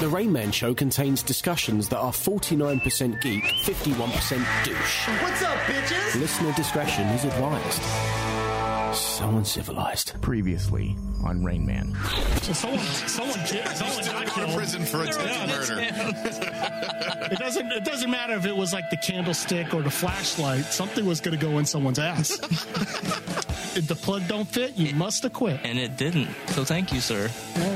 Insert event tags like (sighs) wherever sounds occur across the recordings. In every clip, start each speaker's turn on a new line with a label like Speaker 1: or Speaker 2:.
Speaker 1: The Rain Man Show contains discussions that are 49% geek, 51% douche.
Speaker 2: What's up, bitches?
Speaker 1: Listener discretion is advised. So uncivilized.
Speaker 3: Previously on Rain Man.
Speaker 4: Someone,
Speaker 5: (laughs)
Speaker 4: someone, ki- someone got
Speaker 5: Go to
Speaker 4: killed.
Speaker 5: prison for attempted murder.
Speaker 4: It doesn't. It doesn't matter if it was like the candlestick or the flashlight. Something was going to go in someone's
Speaker 5: (laughs)
Speaker 4: ass. if the plug don't fit, you must have quit.
Speaker 6: and it didn't. So thank you, sir.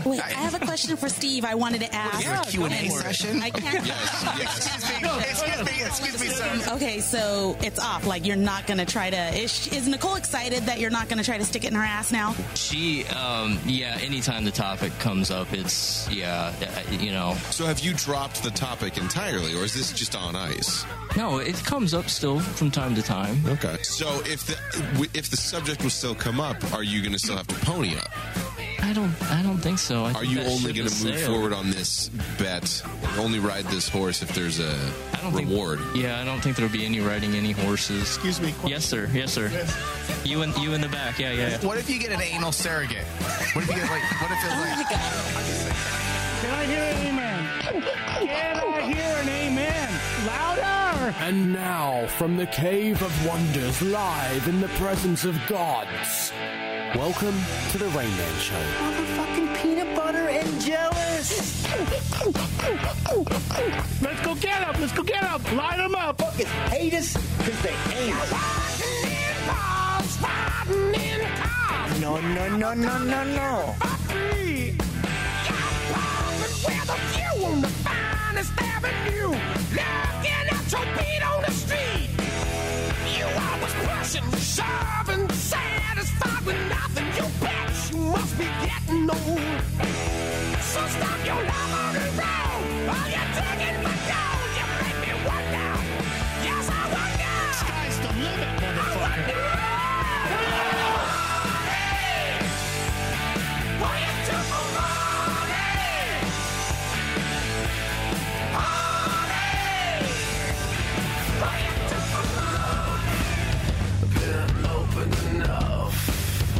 Speaker 7: Wait, I have a question for Steve. I wanted to ask.
Speaker 3: a Q&A session?
Speaker 7: I can't. (laughs)
Speaker 5: Excuse me, excuse me, excuse me, sir.
Speaker 7: Okay, so it's off. Like you're not gonna try to. Is, is Nicole excited that you're not gonna try to stick it in her ass now?
Speaker 6: She, um, yeah. Anytime the topic comes up, it's yeah. uh, You know,
Speaker 5: So have you dropped the topic entirely, or is this just on ice?
Speaker 6: no, it comes up still from time to time.
Speaker 5: Okay. So if the w- if the subject will still come up, are you going to still have to pony up?
Speaker 6: I don't. I don't think so. I
Speaker 5: Are
Speaker 6: think
Speaker 5: you
Speaker 6: that
Speaker 5: only
Speaker 6: ship
Speaker 5: going
Speaker 6: has
Speaker 5: to move
Speaker 6: sailed.
Speaker 5: forward on this bet? Only ride this horse if there's a
Speaker 6: I don't
Speaker 5: reward.
Speaker 6: Think, yeah, I don't think there'll be any riding any horses.
Speaker 2: Excuse me.
Speaker 6: Yes, sir. Yes, sir. You in you in the back. Yeah, yeah. yeah.
Speaker 3: What if you get an anal surrogate?
Speaker 5: What if you get like? What if
Speaker 7: Oh my god.
Speaker 4: Can I hear an amen? Can I hear an amen? Louder!
Speaker 1: And now, from the Cave of Wonders, live in the presence of gods, welcome to The Rain Man Show.
Speaker 4: Let's go get him! Let's go get him! Line him up!
Speaker 2: Hate us because they hate us. No, no, no, no, no, no.
Speaker 4: Sky's the limit, motherfucker!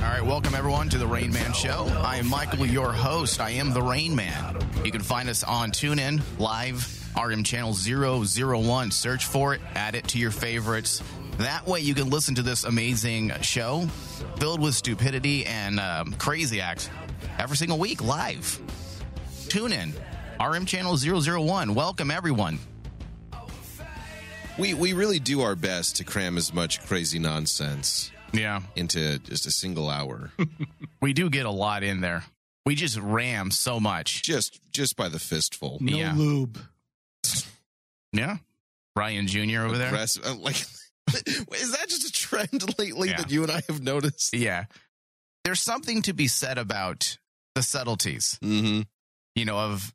Speaker 3: All right, welcome everyone to the Rain Man Show. I am Michael, your host. I am the Rain Man. You can find us on TuneIn Live, RM Channel 001. Search for it, add it to your favorites. That way, you can listen to this amazing show filled with stupidity and um, crazy acts every single week live. Tune in, RM Channel 001. Welcome everyone.
Speaker 5: We we really do our best to cram as much crazy nonsense
Speaker 3: Yeah,
Speaker 5: into just a single hour,
Speaker 3: we do get a lot in there. We just ram so much.
Speaker 5: just just by the fistful.
Speaker 4: No
Speaker 3: Yeah.
Speaker 4: lube.
Speaker 3: Yeah. Brian Jr. over there.
Speaker 5: Aggressive- uh, like, (laughs) is that just a trend lately
Speaker 3: Yeah.
Speaker 5: that you and I have noticed?
Speaker 3: Yeah. There's something to be said about the subtleties,
Speaker 5: Mm-hmm.
Speaker 3: you know, of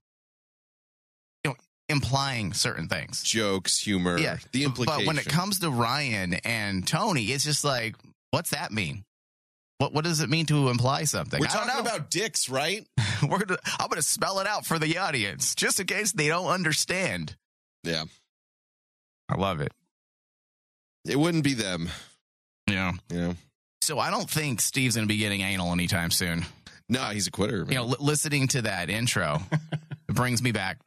Speaker 3: you know, implying certain things.
Speaker 5: Jokes, humor,
Speaker 3: Yeah.
Speaker 5: the implication.
Speaker 3: But when it comes to Ryan and Tony, it's just like, what's that mean? What what does it mean to imply something?
Speaker 5: we're
Speaker 3: I don't
Speaker 5: talking
Speaker 3: know.
Speaker 5: about dicks, right?
Speaker 3: (laughs) We're gonna, I'm going to spell it out for the audience just in case they don't understand.
Speaker 5: Yeah,
Speaker 3: I love it.
Speaker 5: it wouldn't be them.
Speaker 3: Yeah.
Speaker 5: You know,
Speaker 3: So I don't think Steve's going to be getting anal anytime soon.
Speaker 5: nah, he's a quitter. Man.
Speaker 3: You know, li- listening to that intro it brings me back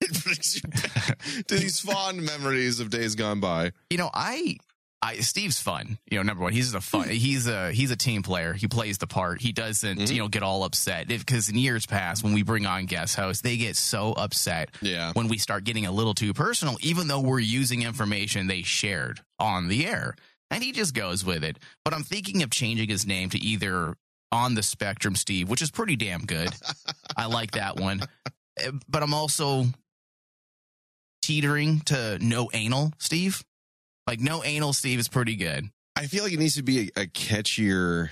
Speaker 5: It brings you back (laughs) to these fond memories of days gone by.
Speaker 3: you know i i steve's fun you know number one he's a fun he's a he's a team player he plays the part he doesn't
Speaker 5: Mhm.
Speaker 3: you know get all upset because in years past when we bring on guest hosts they get so upset
Speaker 5: Yeah.
Speaker 3: when we start getting a little too personal even though we're using information they shared on the air and he just goes with it but i'm thinking of changing his name to either on the spectrum steve which is pretty damn good i like that one Eh, but i'm also teetering to no anal steve like no anal Steve is pretty good.
Speaker 5: I feel like it needs to be a, a catchier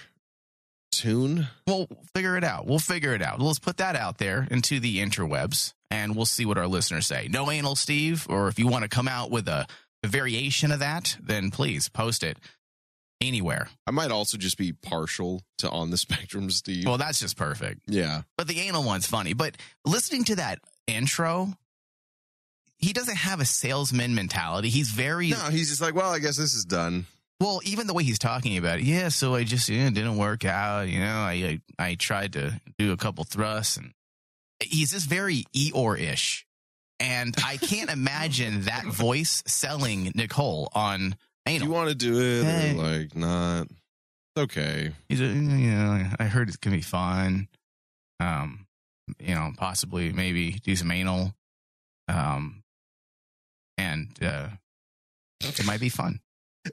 Speaker 5: tune.
Speaker 3: We'll figure it out. We'll figure it out. Let's put that out there into the interwebs and we'll see what our listeners say. No anal Steve, or if you want to come out with a, a variation of that, then please post it anywhere.
Speaker 5: I might also just be partial to on the spectrum, Steve.
Speaker 3: Well, that's just perfect.
Speaker 5: yeah.
Speaker 3: But the anal one's funny. But listening to that intro, he doesn't have a salesman mentality. He's very
Speaker 5: No, he's just like, well, I guess this is done.
Speaker 3: Well, even the way he's talking about it, yeah. So I just yeah, it didn't work out. You know, I, I I tried to do a couple thrusts, and he's just very Eeyore ish. And I can't imagine that voice selling Nicole on
Speaker 5: Do
Speaker 3: anal.
Speaker 5: you want to do it
Speaker 3: Hey.
Speaker 5: or like not? It's okay.
Speaker 3: He's a, yeah, I heard it can be fun. Um, you know, possibly maybe do some anal. Um, and uh, it might be fun.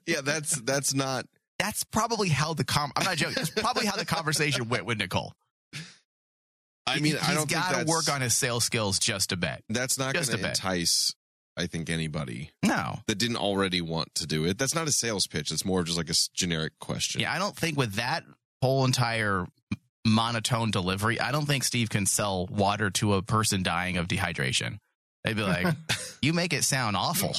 Speaker 5: Yeah, that's that's not.
Speaker 3: That's probably how the com. I'm not joking. That's probably how the conversation went with Nicole.
Speaker 5: I mean, I
Speaker 3: He's
Speaker 5: don't think
Speaker 3: gotta
Speaker 5: that's
Speaker 3: work on his sales skills just a bit.
Speaker 5: That's not going
Speaker 3: Just a
Speaker 5: to
Speaker 3: bit.
Speaker 5: entice. I think anybody
Speaker 3: No,
Speaker 5: that didn't already want to do it. That's not a sales pitch. It's more of just like a s- generic question.
Speaker 3: yeah, I don't think with that whole entire monotone delivery, I don't think Steve can sell water to a person dying of dehydration. They'd be
Speaker 5: (laughs)
Speaker 3: like, "You make it sound awful."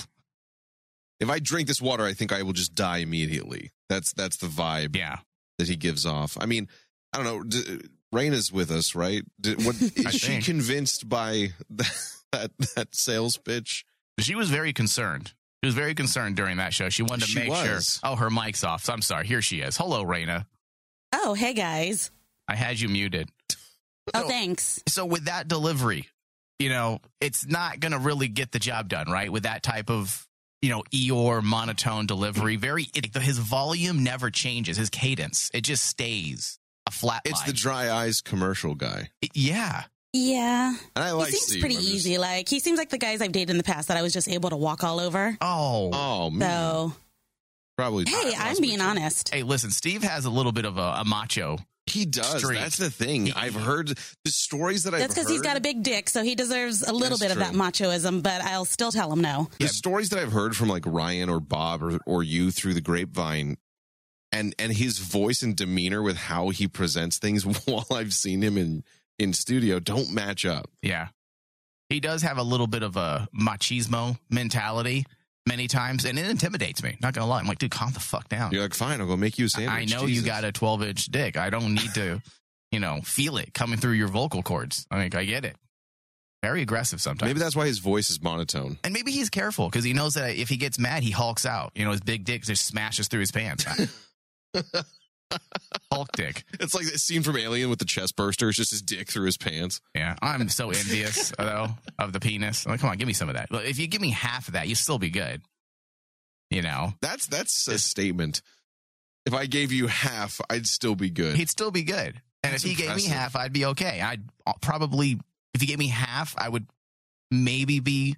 Speaker 5: If I drink this water, I think I will just die immediately. That's that's the vibe
Speaker 3: Yeah.
Speaker 5: that he gives off. I mean, I don't know. D- Raina's with us, right? D- what
Speaker 3: (laughs) I
Speaker 5: is she
Speaker 3: think.
Speaker 5: convinced by (laughs) that, that that sales pitch?
Speaker 3: She was very concerned. She was very concerned during that show. She wanted to
Speaker 5: She
Speaker 3: make
Speaker 5: was.
Speaker 3: sure. Oh, her mic's off. I'm sorry. Here she is. Hello, Raina.
Speaker 7: Oh, hey guys.
Speaker 3: I had you muted.
Speaker 7: Oh,
Speaker 3: So-
Speaker 7: thanks.
Speaker 3: So with that delivery, you know, it's not going to really get the job done, right? With that type of, you know, Eeyore monotone delivery. Very, it, his volume never changes. His cadence, it just stays a flat
Speaker 5: It's
Speaker 3: line.
Speaker 5: the dry eyes commercial guy,
Speaker 3: yeah.
Speaker 7: Yeah.
Speaker 5: and Oh, I like.
Speaker 7: he seems
Speaker 5: Steve.
Speaker 7: pretty
Speaker 5: I'm just-
Speaker 7: easy. Like he seems like the guys I've dated in the past that I was just able to walk all over.
Speaker 3: Oh.
Speaker 5: Oh man,
Speaker 7: So
Speaker 5: probably.
Speaker 7: hey, I'm being honest.
Speaker 3: Hey, listen, Steve has a little bit of a, a macho.
Speaker 5: He does.
Speaker 3: Streak.
Speaker 5: That's the thing. I've heard the stories that I've.
Speaker 7: That's because he's
Speaker 5: heard-
Speaker 7: got a big dick, so he deserves a little
Speaker 5: That's
Speaker 7: bit of that
Speaker 5: true.
Speaker 7: machoism. But I'll still tell him no.
Speaker 5: the stories that I've heard from like Ryan or Bob or, or you through the grapevine and and his voice and demeanor with how he presents things (laughs) while I've seen him in in studio don't match up.
Speaker 3: Yeah. He does have a little bit of a machismo mentality many times, and it intimidates me. Not going to lie. I'm like, dude, calm the fuck down.
Speaker 5: You're like, fine, I'll go make you a sandwich.
Speaker 3: I know you
Speaker 5: Jesus.
Speaker 3: got a 12 inch dick. I don't need to, you know, feel it coming through your vocal cords. I mean, I get it. Very aggressive sometimes.
Speaker 5: Maybe that's why his voice is monotone.
Speaker 3: and maybe he's careful because he knows that if he gets mad, he hulks out. You know, his big dick just smashes through his
Speaker 5: (laughs)
Speaker 3: pants. Hulk dick.
Speaker 5: It's like that scene from Alien with the chest burster. It's just his dick through his pants.
Speaker 3: Yeah, I'm so
Speaker 5: (laughs)
Speaker 3: envious though of the penis. I'm like, come on, give me some of that. Look, If you give me half of that, you'd still be good. You know,
Speaker 5: That's that's a statement. If I gave you half, I'd still be good.
Speaker 3: he'd still be good. And
Speaker 5: That's
Speaker 3: if he gave
Speaker 5: impressive.
Speaker 3: me half, I'd be okay. I'd uh, probably, if he gave me half, I would maybe be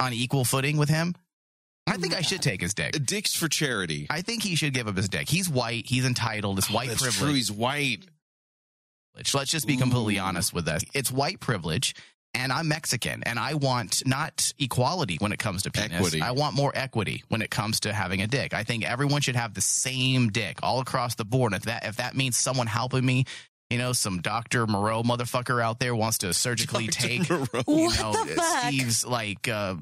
Speaker 3: on equal footing with him. I think I should take his dick.
Speaker 5: Uh, Dicks for charity.
Speaker 3: I think he should give up his dick. He's white. He's entitled. It's white
Speaker 5: Oh, That's
Speaker 3: privilege.
Speaker 5: true. He's white.
Speaker 3: privilege. Let's just be completely
Speaker 5: Ooh.
Speaker 3: honest with us. It's white privilege, and I'm Mexican, and I want not equality when it comes to penis.
Speaker 5: Equity.
Speaker 3: I want more equity when it comes to having a dick. I think everyone should have the same dick all across the board. If that if that means someone helping me, you know, some Doctor Moreau motherfucker out there wants to
Speaker 5: (laughs)
Speaker 3: surgically take. You
Speaker 7: What
Speaker 3: know,
Speaker 7: the fuck?
Speaker 3: Steve's like, uh,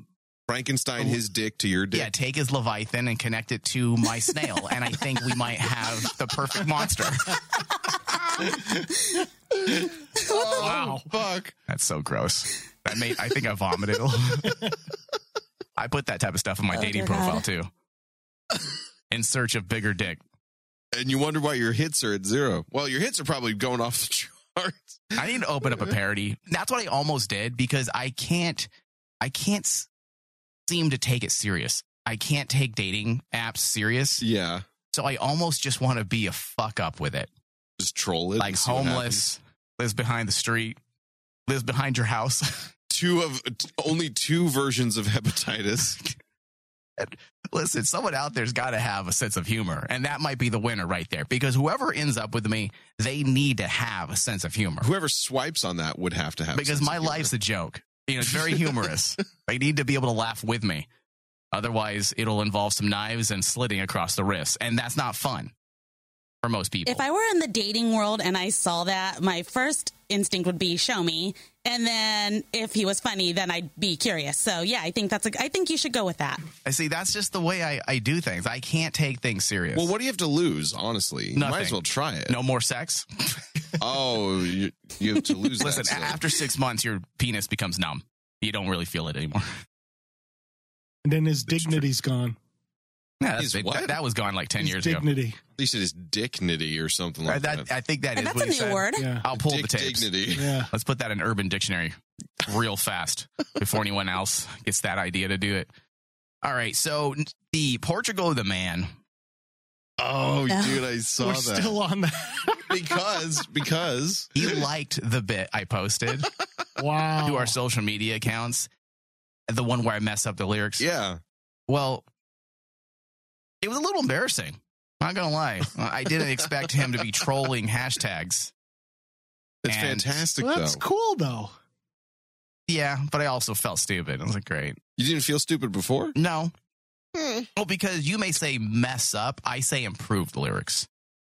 Speaker 5: Frankenstein his dick to your dick.
Speaker 3: Oh. yeah, take his Leviathan and connect it to my snail. and I think we might have the perfect monster.
Speaker 4: Wow.
Speaker 5: Oh, Fuck.
Speaker 3: That's so gross. I made. I think I vomited. a little. (laughs) I put that type of stuff in my
Speaker 7: Oh,
Speaker 3: dating
Speaker 7: dear
Speaker 3: profile
Speaker 7: God.
Speaker 3: too. In search of bigger dick.
Speaker 5: and you wonder why your hits are at zero. Well, your hits are probably going off the (laughs) charts.
Speaker 3: I need to open
Speaker 5: (laughs)
Speaker 3: up a parody. That's what I almost did because I can't. I can't s- seem to take it serious. I can't take dating apps serious.
Speaker 5: Yeah,
Speaker 3: So I almost just want to be a fuck up with it,
Speaker 5: just troll it.
Speaker 3: like
Speaker 5: and see what happens.
Speaker 3: homeless, lives behind the street, lives behind your house.
Speaker 5: Two of only two versions of (laughs) hepatitis.
Speaker 3: (laughs) Listen, someone out there's got to have a sense of humor, and that might be the winner right there. Because whoever ends up with me, they need to have a sense of humor.
Speaker 5: Whoever swipes on that would have to have.
Speaker 3: Because
Speaker 5: sense
Speaker 3: my
Speaker 5: of humor.
Speaker 3: life's a joke. You know, it's
Speaker 5: (laughs)
Speaker 3: very humorous. they need to be able to laugh with me. Otherwise, it'll involve some knives and slitting across the wrists, and that's not fun for most people.
Speaker 7: If I were in the dating world and I saw that, my first instinct would be show me, and then if he was funny, then I'd be curious. So yeah, I think that's a, I think you should go with that.
Speaker 3: I see that's just the way I, I do things. I can't take things serious.
Speaker 5: Well, what do you have to lose? Honestly, you might
Speaker 3: Nothing.
Speaker 5: as well try it.
Speaker 3: no more
Speaker 5: (laughs)
Speaker 3: sex.
Speaker 5: Oh, you,
Speaker 3: (laughs)
Speaker 5: you have to lose.
Speaker 3: Listen,
Speaker 5: that
Speaker 3: a-
Speaker 5: still.
Speaker 3: after six months, your penis becomes numb. You don't really feel it anymore.
Speaker 4: And then his dignity's gone.
Speaker 3: Yeah, that's
Speaker 5: He's
Speaker 3: big-
Speaker 5: what?
Speaker 3: (laughs) That, that was gone like 10 years ago.
Speaker 5: (laughs)
Speaker 4: dignity.
Speaker 5: At least it is dignity or something
Speaker 3: I,
Speaker 5: like that.
Speaker 3: that, I think that is
Speaker 7: And that's
Speaker 3: what
Speaker 7: a
Speaker 3: he
Speaker 7: new
Speaker 3: said.
Speaker 7: word.
Speaker 4: Yeah.
Speaker 3: I'll pull the
Speaker 5: Dick
Speaker 3: tapes.
Speaker 5: dignity.
Speaker 4: Yeah.
Speaker 3: Let's put that in Urban Dictionary real fast before anyone else gets that idea to do it. All right. So the Portugal of the Man.
Speaker 5: Oh,
Speaker 7: No.
Speaker 5: dude, I saw
Speaker 4: We're
Speaker 5: that
Speaker 4: still on
Speaker 5: (laughs)
Speaker 4: that.
Speaker 5: because because (laughs)
Speaker 3: He liked the bit I posted
Speaker 4: Wow.
Speaker 3: to our social media accounts, the one where I mess up the lyrics.
Speaker 5: yeah,
Speaker 3: Well, it was a little embarrassing. Not gonna lie, I didn't expect him to be trolling hashtags.
Speaker 5: it's
Speaker 3: And-
Speaker 5: fantastic
Speaker 4: Well, that's
Speaker 5: though.
Speaker 4: cool though.
Speaker 3: Yeah, but I also felt stupid. I was like, great.
Speaker 5: You didn't feel stupid before.
Speaker 3: No.
Speaker 5: Hmm.
Speaker 3: Well, because you may say mess up, I say improve the lyrics.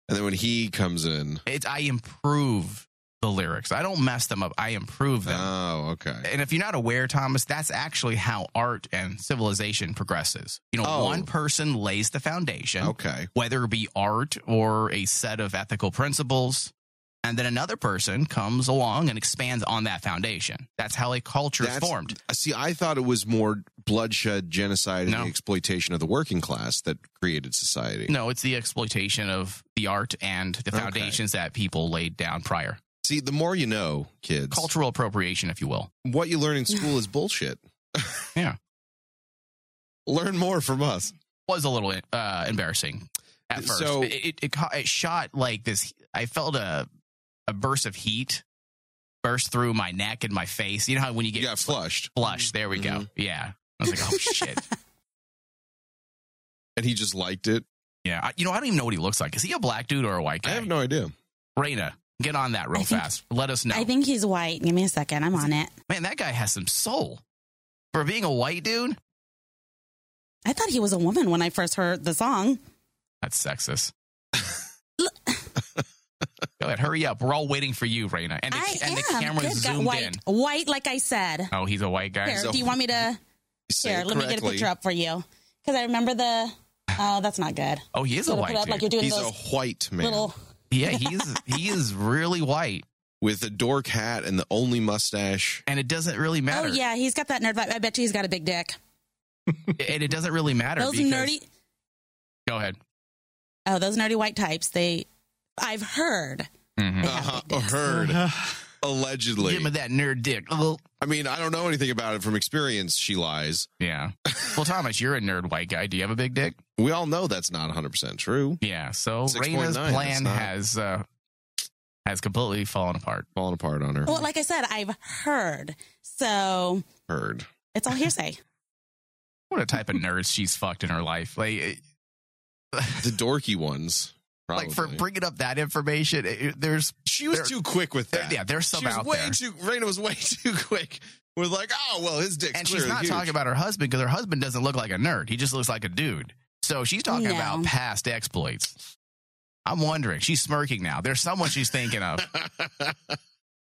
Speaker 5: And then when he comes in,
Speaker 3: It, I improve the lyrics. I don't mess them up. I improve them.
Speaker 5: oh, okay.
Speaker 3: and if you're not aware, Thomas, that's actually how art and civilization progresses. You know,
Speaker 5: Oh.
Speaker 3: one person lays the foundation,
Speaker 5: Okay.
Speaker 3: whether it be art or a set of ethical principles, and then another person comes along and expands on that foundation. That's how a culture is
Speaker 5: That's-
Speaker 3: formed.
Speaker 5: Uh, See, I thought it was more bloodshed, genocide, and
Speaker 3: No.
Speaker 5: the exploitation of the working class that created society.
Speaker 3: No, it's the exploitation of the art and the
Speaker 5: Okay.
Speaker 3: foundations that people laid down prior.
Speaker 5: See, the more you know, kids,
Speaker 3: Cultural appropriation, if you will.
Speaker 5: what you
Speaker 7: (laughs)
Speaker 5: learn in school is bullshit.
Speaker 3: (laughs) Yeah.
Speaker 5: learn more from us.
Speaker 3: was a little uh, embarrassing at first.
Speaker 5: So-
Speaker 3: it, it, it, ca- it shot like this. I felt a a burst of heat burst through my neck and my face. You know how when you
Speaker 5: You
Speaker 3: get
Speaker 5: got flushed,
Speaker 3: flushed, there we go.
Speaker 5: Mm-hmm.
Speaker 3: Yeah, I was like,
Speaker 5: (laughs)
Speaker 3: oh shit.
Speaker 5: and he just liked it.
Speaker 3: Yeah, I, you know, I don't even know what he looks like. Is he a black dude or a white
Speaker 5: I
Speaker 3: guy?
Speaker 5: have no idea.
Speaker 3: Raina, get on that real
Speaker 7: I think-
Speaker 3: fast. Let us know.
Speaker 7: I think he's white. Give me a second. I'm on it.
Speaker 3: Man, that guy has some soul for being a white dude.
Speaker 7: I thought he was a woman when I first heard the song.
Speaker 3: That's sexist. (laughs) Go ahead, hurry up. We're all waiting for you, Raina. And the,
Speaker 7: I
Speaker 3: and
Speaker 7: am.
Speaker 3: the camera
Speaker 7: Good God,
Speaker 3: zoomed
Speaker 7: white,
Speaker 3: in.
Speaker 7: white, like I said.
Speaker 3: Oh, he's a white guy.
Speaker 7: Here,
Speaker 5: so-
Speaker 7: do you want me to?
Speaker 5: You say
Speaker 7: Here,
Speaker 5: it
Speaker 7: let me get a
Speaker 5: correctly.
Speaker 7: picture up for you because I remember the. Oh, that's not good.
Speaker 3: Oh, he is a
Speaker 7: Little oh,
Speaker 3: white
Speaker 7: put up like you're
Speaker 3: dude.
Speaker 7: doing
Speaker 5: He's a
Speaker 7: those
Speaker 5: white man
Speaker 7: little.
Speaker 3: (laughs) yeah,
Speaker 7: (laughs)
Speaker 3: he's he is really white,
Speaker 5: with a dork hat and the
Speaker 3: (laughs)
Speaker 5: only mustache.
Speaker 3: and it doesn't really matter.
Speaker 7: Oh yeah, he's got that nerd vibe. I bet you he's got a big dick.
Speaker 3: and it doesn't really matter.
Speaker 7: Those
Speaker 3: because-
Speaker 7: nerdy.
Speaker 3: Go ahead.
Speaker 7: Oh, those nerdy white types. They. I've heard.
Speaker 3: Mhm.
Speaker 7: They
Speaker 5: Uh-huh.
Speaker 7: have big dicks.
Speaker 5: Heard
Speaker 3: (laughs)
Speaker 5: allegedly.
Speaker 3: Give me that nerd dick. Ugh.
Speaker 5: I mean, I don't know anything about it from experience. She lies. (laughs)
Speaker 3: Yeah. Well, Thomas, you're a nerd white guy. Do you have a big dick?
Speaker 5: We all know that's not 100 percent true.
Speaker 3: Yeah. So
Speaker 5: 6.9,
Speaker 3: Raina's
Speaker 5: that's
Speaker 3: plan
Speaker 5: not-
Speaker 3: has uh, has completely fallen apart.
Speaker 5: Falling apart on her.
Speaker 7: Well, like I said, I've heard. So
Speaker 5: Heard.
Speaker 7: it's all hearsay.
Speaker 3: What a type
Speaker 5: (laughs)
Speaker 3: of nerd she's fucked in her life. Like, it-
Speaker 5: The dorky ones. Probably.
Speaker 3: like for bringing up that information, it- it- there's
Speaker 5: she was
Speaker 3: there-
Speaker 5: too quick with
Speaker 3: there-
Speaker 5: that.
Speaker 3: yeah, there's some
Speaker 5: she was
Speaker 3: out
Speaker 5: way
Speaker 3: there.
Speaker 5: too. Raina was way (laughs) too quick. Was like, oh well, his dick's
Speaker 3: and she's
Speaker 5: clearly
Speaker 3: not
Speaker 5: huge.
Speaker 3: talking about her husband because her husband doesn't look like a nerd. He just looks like a dude. So she's talking
Speaker 7: No.
Speaker 3: about past exploits. I'm wondering. She's smirking now. There's someone she's thinking
Speaker 5: (laughs)
Speaker 3: of.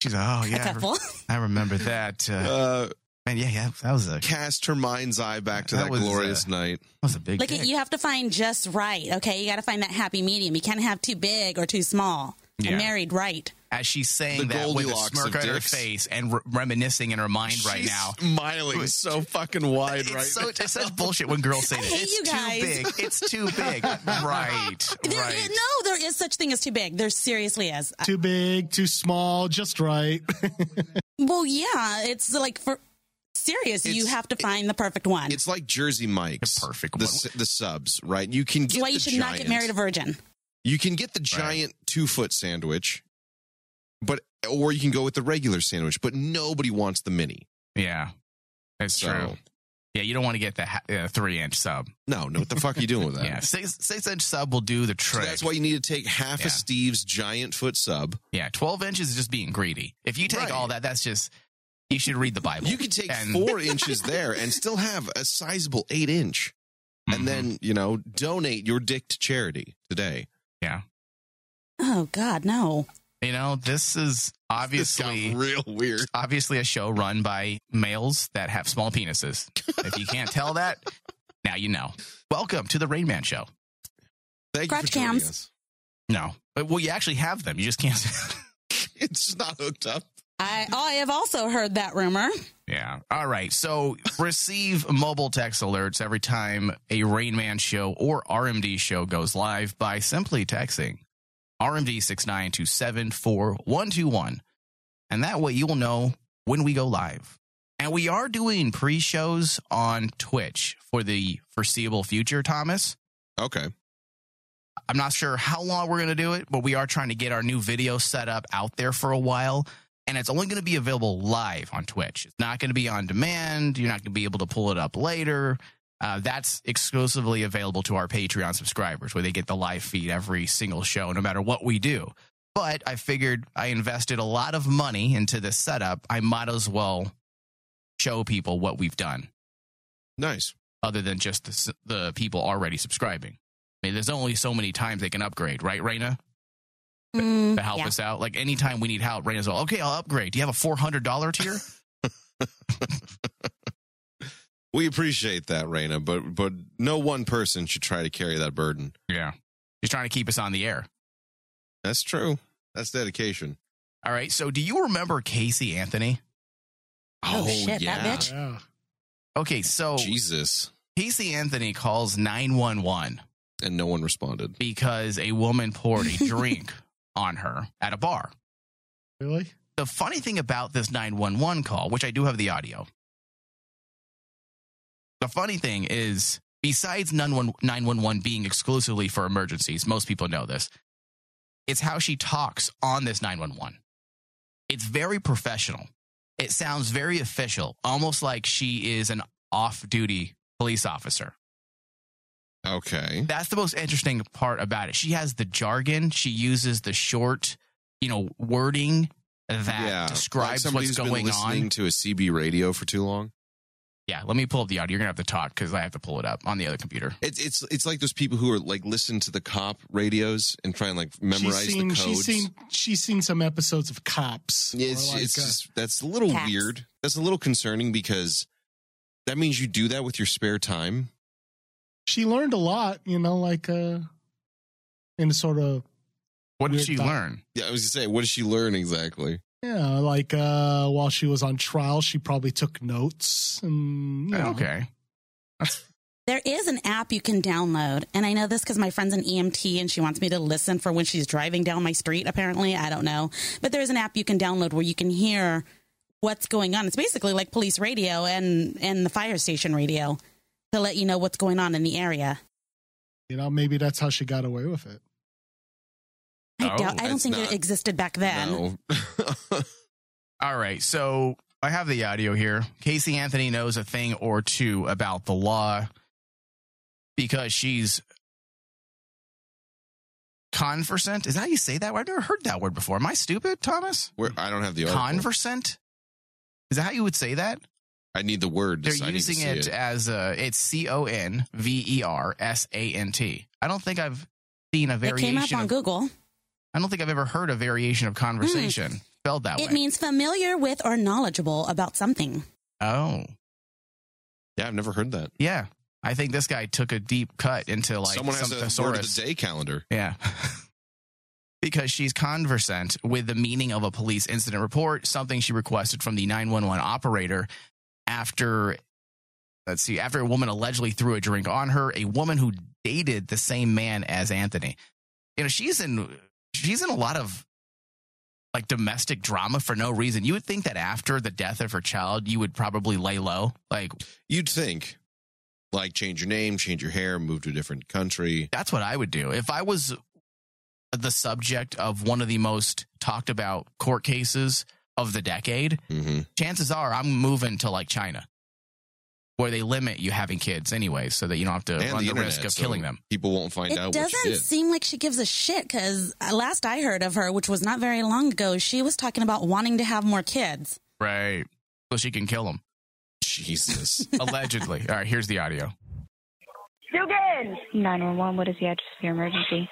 Speaker 3: She's like, oh
Speaker 7: a
Speaker 3: yeah, I re-
Speaker 7: couple.
Speaker 3: I remember that. Uh,
Speaker 5: Uh,
Speaker 3: man, yeah, yeah, that was a that
Speaker 5: cast her mind's eye back to
Speaker 3: That
Speaker 5: that,
Speaker 3: was,
Speaker 5: glorious
Speaker 3: uh,
Speaker 5: night.
Speaker 3: was a big.
Speaker 7: Look
Speaker 3: dick.
Speaker 7: at you have to find just right. Okay, you got to find that happy medium. You can't have too big or too small.
Speaker 3: Yeah.
Speaker 7: I'm married right.
Speaker 3: As she's saying
Speaker 5: The
Speaker 3: that with a
Speaker 5: Goldilocks
Speaker 3: smirk
Speaker 5: of
Speaker 3: on her
Speaker 5: dicks.
Speaker 3: face and re- reminiscing in her mind right now.
Speaker 5: smiling so fucking wide
Speaker 3: It's
Speaker 5: right
Speaker 3: so it's such bullshit when girls say that.
Speaker 7: hate
Speaker 3: It's
Speaker 7: you guys."
Speaker 3: too big. It's too
Speaker 7: (laughs)
Speaker 3: big. right.
Speaker 7: There,
Speaker 3: right.
Speaker 7: No, there is such thing as too big. There seriously is.
Speaker 4: Too big, too small, just
Speaker 5: (laughs)
Speaker 4: right.
Speaker 7: Well, yeah, it's like for serious. you
Speaker 5: It's-
Speaker 7: have to find the perfect one.
Speaker 5: It's like Jersey Mike's.
Speaker 3: The perfect
Speaker 5: the,
Speaker 3: one.
Speaker 5: s- the subs, right? You can
Speaker 7: That's
Speaker 5: get
Speaker 7: why you
Speaker 5: the
Speaker 7: should not get
Speaker 5: giant-
Speaker 7: married a virgin.
Speaker 5: You can get the giant two foot sandwich, but or you can go with the regular sandwich. But nobody wants the mini.
Speaker 3: Yeah. That's
Speaker 5: So-
Speaker 3: true. Yeah, you don't want to get the ha- uh, three inch sub.
Speaker 5: No, no. What the fuck are you
Speaker 3: (laughs)
Speaker 5: doing with that?
Speaker 3: Yeah, six six inch sub will do the
Speaker 5: Uh, So
Speaker 3: trick.
Speaker 5: that's why you need to take half
Speaker 3: Yeah.
Speaker 5: of Steve's giant foot sub.
Speaker 3: yeah, twelve inches is just being greedy. If you take
Speaker 5: Right.
Speaker 3: all that, that's just you should read the Bible.
Speaker 5: You can take
Speaker 3: And- (laughs)
Speaker 5: four inches there and still have a sizable eight inch.
Speaker 3: Mhm.
Speaker 5: And then, you know, donate your dick to charity today.
Speaker 7: Oh God, no.
Speaker 3: you know this is
Speaker 5: This got
Speaker 3: obviously
Speaker 5: real weird.
Speaker 3: obviously a show run by males that have small penises. if you can't tell that, now you know. Welcome to the Rain Man Show.
Speaker 5: Thank you
Speaker 7: Crotch
Speaker 5: for joining
Speaker 7: cams.
Speaker 5: us. (laughs)
Speaker 3: No, but, well, you actually have them. You just can't. (laughs)
Speaker 5: It's not hooked up.
Speaker 7: I I have also heard that rumor.
Speaker 3: yeah, Yeah. All right. So receive mobile text alerts every time a Rain Man show or RMD show goes live by simply texting RMD six nine two seven four one two one, and that way you will know when we go live. And we are doing pre-shows on Twitch for the foreseeable future, Thomas.
Speaker 5: Okay.
Speaker 3: I'm not sure how long we're going to do it, but we are trying to get our new video set up out there for a while. And it's only going to be available live on Twitch. It's not going to be on demand. You're not going to be able to pull it up later. Uh, that's exclusively available to our Patreon subscribers, where they get the live feed every single show, no matter what we do. But I figured I invested a lot of money into this setup. I might as well show people what we've done,
Speaker 5: Nice.
Speaker 3: other than just the, s- the people already subscribing. I mean, there's only so many times they can upgrade, right, Raina?
Speaker 7: Mm,
Speaker 3: to help
Speaker 7: yeah.
Speaker 3: us out. Like anytime we need help, Raina's all, okay, I'll upgrade. Do you have a four hundred dollar
Speaker 7: (laughs)
Speaker 3: tier?
Speaker 5: We appreciate that, Raina, but but no one person should try to carry that burden.
Speaker 3: yeah. She's trying to keep us on the air.
Speaker 5: That's true. That's dedication.
Speaker 3: All right. So do you remember Casey Anthony?
Speaker 7: Oh, shit, that bitch.
Speaker 4: Yeah.
Speaker 3: Okay, so
Speaker 5: Jesus.
Speaker 3: Casey Anthony calls nine one one
Speaker 5: And no one responded.
Speaker 3: because a woman poured
Speaker 7: (laughs)
Speaker 3: a drink on her at a bar.
Speaker 4: Really?
Speaker 3: The funny thing about this 911 call, which I do have the audio, the funny thing is, besides 911 being exclusively for emergencies, most people know this, it's how she talks on this 911. It's very professional. It sounds very official, almost like she is an off duty police officer.
Speaker 5: Okay.
Speaker 3: That's the most interesting part about it. She has the jargon. She uses the short, you know, wording that describes
Speaker 5: somebody
Speaker 3: what's
Speaker 5: who's been
Speaker 3: going
Speaker 5: listening
Speaker 3: on.
Speaker 5: to a CB radio for too long.
Speaker 3: Yeah, let me pull up the audio. You're gonna have to talk because I have to pull it up on the other computer.
Speaker 5: It's it's it's like those people who are like listen to the cop radios and try and like memorize
Speaker 4: she's seen,
Speaker 5: the codes.
Speaker 4: She's seen, she's seen some episodes of Cops.
Speaker 5: Yeah, it's,
Speaker 4: Or like,
Speaker 5: it's
Speaker 4: uh,
Speaker 5: just that's a little
Speaker 7: Cats.
Speaker 5: weird. That's a little concerning because that means you do that with your spare time.
Speaker 4: she learned a lot, you know, like uh, in a sort of
Speaker 3: What did
Speaker 4: Weird
Speaker 3: she
Speaker 4: thought.
Speaker 3: learn?
Speaker 5: Yeah, I was gonna say, what does she learn exactly?
Speaker 4: yeah, like uh, while she was on trial, she probably took notes and you know,
Speaker 3: Okay,
Speaker 7: There is an app you can download, and I know this because my friend's an EMT and she wants me to listen for when she's driving down my street. Apparently, I don't know, but there is an app you can download where you can hear what's going on. It's basically like police radio and and the fire station radio to let you know what's going on in the area.
Speaker 4: you know, maybe that's how she got away with it.
Speaker 7: I
Speaker 3: Oh,
Speaker 7: doubt. I don't
Speaker 5: that's
Speaker 7: think
Speaker 5: not-
Speaker 7: it existed back then.
Speaker 5: No. (laughs)
Speaker 3: all right. So I have the audio here. Casey Anthony knows a thing or two about the law because she's conversant. Is that how you say that? word? I've never heard that word before. Am I stupid, Thomas?
Speaker 5: Where I don't have the article.
Speaker 3: Conversant. Is that how you would say that?
Speaker 5: I need the word.
Speaker 3: They're
Speaker 5: so I need to
Speaker 3: using
Speaker 5: see
Speaker 3: it, as a, it's C O N V E R S A N T. I don't think I've seen a
Speaker 7: It came up
Speaker 3: variation.
Speaker 7: on
Speaker 3: Of,
Speaker 7: Google.
Speaker 3: I don't think I've ever heard a variation of conversation spelled that
Speaker 7: Hmm. It
Speaker 3: way.
Speaker 7: means familiar with or knowledgeable about something.
Speaker 3: oh,
Speaker 5: Yeah, I've never heard that.
Speaker 3: yeah. I think this guy took a deep cut into like
Speaker 5: Someone has
Speaker 3: some
Speaker 5: a word of
Speaker 3: thesaurus.
Speaker 5: the day calendar.
Speaker 3: Yeah. (laughs) because she's conversant with the meaning of a police incident report, something she requested from the 911 operator after let's see, after a woman allegedly threw a drink on her, a woman who dated the same man as Anthony. You know, she's in she's in a lot of like domestic drama for no reason. You would think that after the death of her child, you would probably lay low. Like
Speaker 5: You'd think, like, change your name, change your hair, move to a different country.
Speaker 3: That's what I would do. If I was the subject of one of the most talked about court cases of the decade,
Speaker 5: hmm
Speaker 3: chances are I'm moving to like China, where they limit you having kids anyway, so that you don't have to
Speaker 5: And
Speaker 3: run
Speaker 5: the
Speaker 3: the,
Speaker 5: internet,
Speaker 3: risk of
Speaker 5: so
Speaker 3: killing them.
Speaker 5: People won't find
Speaker 7: It
Speaker 5: out what you
Speaker 7: doesn't
Speaker 5: did.
Speaker 7: seem like she gives a shit because last I heard of her, which was not very long ago, she was talking about wanting to have more kids.
Speaker 3: Right. So she can kill them, (laughs)
Speaker 5: Jesus. (laughs)
Speaker 3: allegedly. All right, here's the audio.
Speaker 8: Dugan!
Speaker 9: 911, what is the address of your emergency?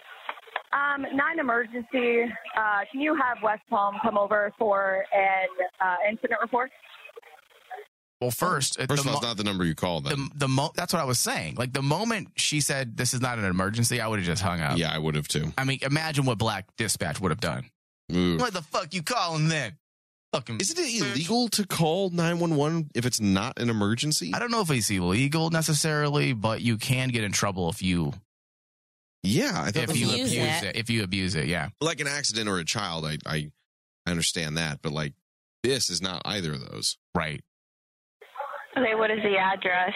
Speaker 8: Um, nine emergency. Uh, can you have West Palm come over for an uh, incident report?
Speaker 3: Well, first, at
Speaker 5: Oh, First
Speaker 3: the
Speaker 5: of all, it's
Speaker 3: mo-
Speaker 5: not the number you call them.
Speaker 3: the, the mo- that's what I was saying. Like the moment she said this is not an emergency, I would have just hung up.
Speaker 5: yeah, I would have too.
Speaker 3: I mean, imagine what Black Dispatch would have done.
Speaker 5: Ooh.
Speaker 3: What the fuck you calling then? Fucking,
Speaker 5: Isn't it illegal to call 911 if it's not an emergency?
Speaker 3: I don't know if it's illegal necessarily, but you can get in trouble if you
Speaker 5: Yeah, I thought
Speaker 3: if you
Speaker 7: Abuse
Speaker 3: abuse
Speaker 7: it.
Speaker 3: it. If you abuse it, yeah.
Speaker 5: like an accident or a child, I, I I understand that, but like this is not either of those.
Speaker 3: Right.
Speaker 9: Okay, what is the address?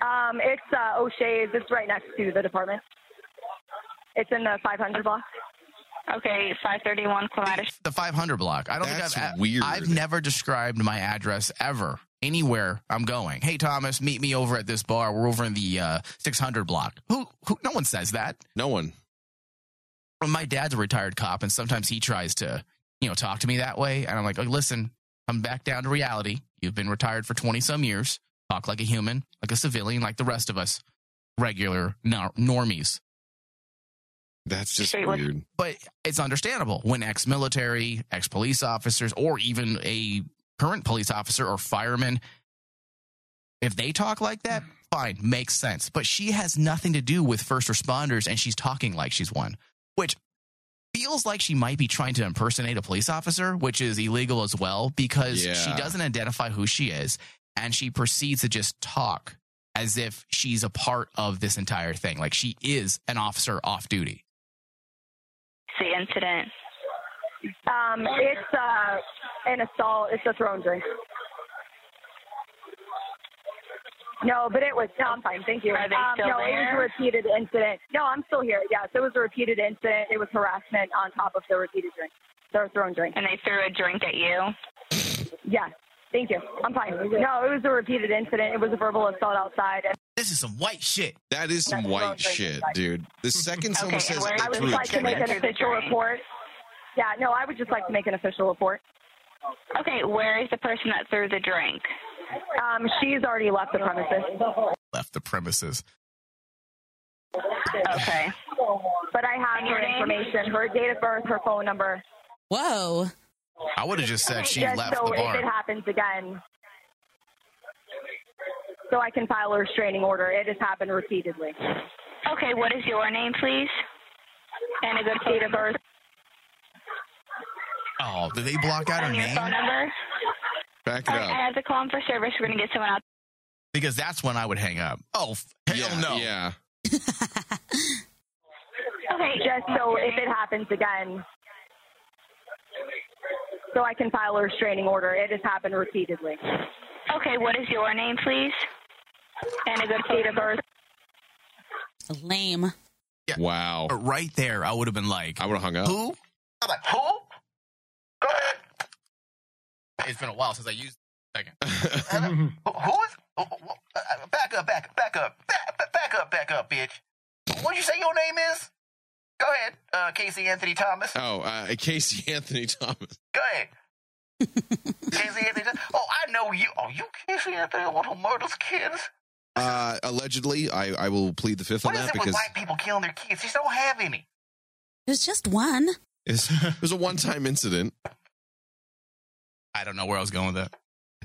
Speaker 8: Um, it's uh, O'Shea's. It's right next to the department. It's in the 500 block.
Speaker 9: Okay, 531 Clematis.
Speaker 3: The 500 block. I don't
Speaker 5: That's
Speaker 3: think I've
Speaker 5: weird.
Speaker 3: I've never described my address ever anywhere I'm going. Hey Thomas, meet me over at this bar. We're over in the uh, 600 block. Who, who? No one says that.
Speaker 5: No one.
Speaker 3: Well, my dad's a retired cop, and sometimes he tries to, you know, talk to me that way. And I'm like, oh, listen, come back down to reality. You've been retired for 20 some years. Talk like a human, like a civilian, like the rest of us, regular nor- normies.
Speaker 5: That's just
Speaker 9: Straight with-
Speaker 5: weird.
Speaker 3: But it's understandable when ex military, ex police officers, or even a current police officer or fireman, if they talk like that, fine, makes sense. But she has nothing to do with first responders and she's talking like she's one, which feels like she might be trying to impersonate a police officer, which is illegal as well because
Speaker 5: Yeah.
Speaker 3: she doesn't identify who she is and she proceeds to just talk as if she's a part of this entire thing. Like she is an officer off duty.
Speaker 9: The incident.
Speaker 8: Um, it's uh, an assault. It's a thrown drink. No, but it was. No, I'm fine. Thank you.
Speaker 9: Are they
Speaker 8: um,
Speaker 9: still
Speaker 8: no, it
Speaker 9: there?
Speaker 8: was a repeated incident. No, I'm still here. Yes, it was a repeated incident. It was harassment on top of the repeated drink, the thrown drink.
Speaker 9: And they threw a drink at you.
Speaker 8: Yes. Thank you. I'm fine. No, it was a repeated incident. It was a verbal assault outside.
Speaker 3: This is some white shit.
Speaker 5: That is some
Speaker 8: That's
Speaker 5: white
Speaker 8: wrong thing.
Speaker 5: shit, dude. The second someone
Speaker 9: and
Speaker 5: says
Speaker 9: where-
Speaker 5: they
Speaker 8: I would
Speaker 5: threw
Speaker 8: just
Speaker 5: a
Speaker 8: like to make
Speaker 5: drink-
Speaker 8: an official report. Yeah, no, I would just like to make an official report.
Speaker 9: Okay, where is the person that threw the drink?
Speaker 8: Um, she's already left the premises,
Speaker 3: Left the premises.
Speaker 9: Okay.
Speaker 8: but I have
Speaker 9: And
Speaker 8: her
Speaker 9: your name?
Speaker 8: information, her date of birth, her phone number.
Speaker 7: Whoa.
Speaker 3: I would have just said she
Speaker 8: Just
Speaker 3: left
Speaker 8: so
Speaker 3: the
Speaker 8: if it
Speaker 3: bar.
Speaker 8: happens again, so I can file a restraining order. It has happened repeatedly.
Speaker 9: Okay, what is your name, please? And a good
Speaker 8: Date
Speaker 9: phone
Speaker 8: of
Speaker 9: number.
Speaker 8: birth.
Speaker 3: Oh, did they block out her
Speaker 9: And your
Speaker 3: name?
Speaker 9: phone number.
Speaker 5: (laughs) Back it
Speaker 9: All right, I
Speaker 5: up.
Speaker 9: have to call in for service. We're going to get someone out.
Speaker 3: Because that's when I would hang up. Oh, f- hell
Speaker 5: yeah,
Speaker 3: no.
Speaker 5: Yeah.
Speaker 9: Okay,
Speaker 8: Just so if it happens again, so I can file a restraining order. It has happened repeatedly.
Speaker 9: Okay, what is your name, please? And a good
Speaker 8: Date
Speaker 9: phone
Speaker 8: of
Speaker 9: number.
Speaker 8: birth.
Speaker 7: Lame.
Speaker 3: Yeah.
Speaker 5: Wow.
Speaker 3: But Right there, I would have been like,
Speaker 5: I would have hung up.
Speaker 3: who? I'm like, who? Go ahead. It's been a while since I used second. (laughs) Who who is? oh, oh, oh, uh, Back up, back up, back up, back, back- back up, back up, bitch. What'd you say your name is? Go ahead, uh, Casey Anthony Thomas.
Speaker 5: oh, uh, (laughs) Casey Anthony Thomas.
Speaker 3: Go (laughs) ahead. Casey Anthony. Oh, I know you. Oh, you Casey Anthony, the one who murders kids?
Speaker 5: Uh, allegedly, I, I will plead the fifth on
Speaker 3: What is
Speaker 5: that
Speaker 3: it with
Speaker 5: because
Speaker 3: white people killing their kids? They don't have any.
Speaker 7: There's just one.
Speaker 5: it's, (laughs) it was a one time incident.
Speaker 3: I don't know where I was going with that.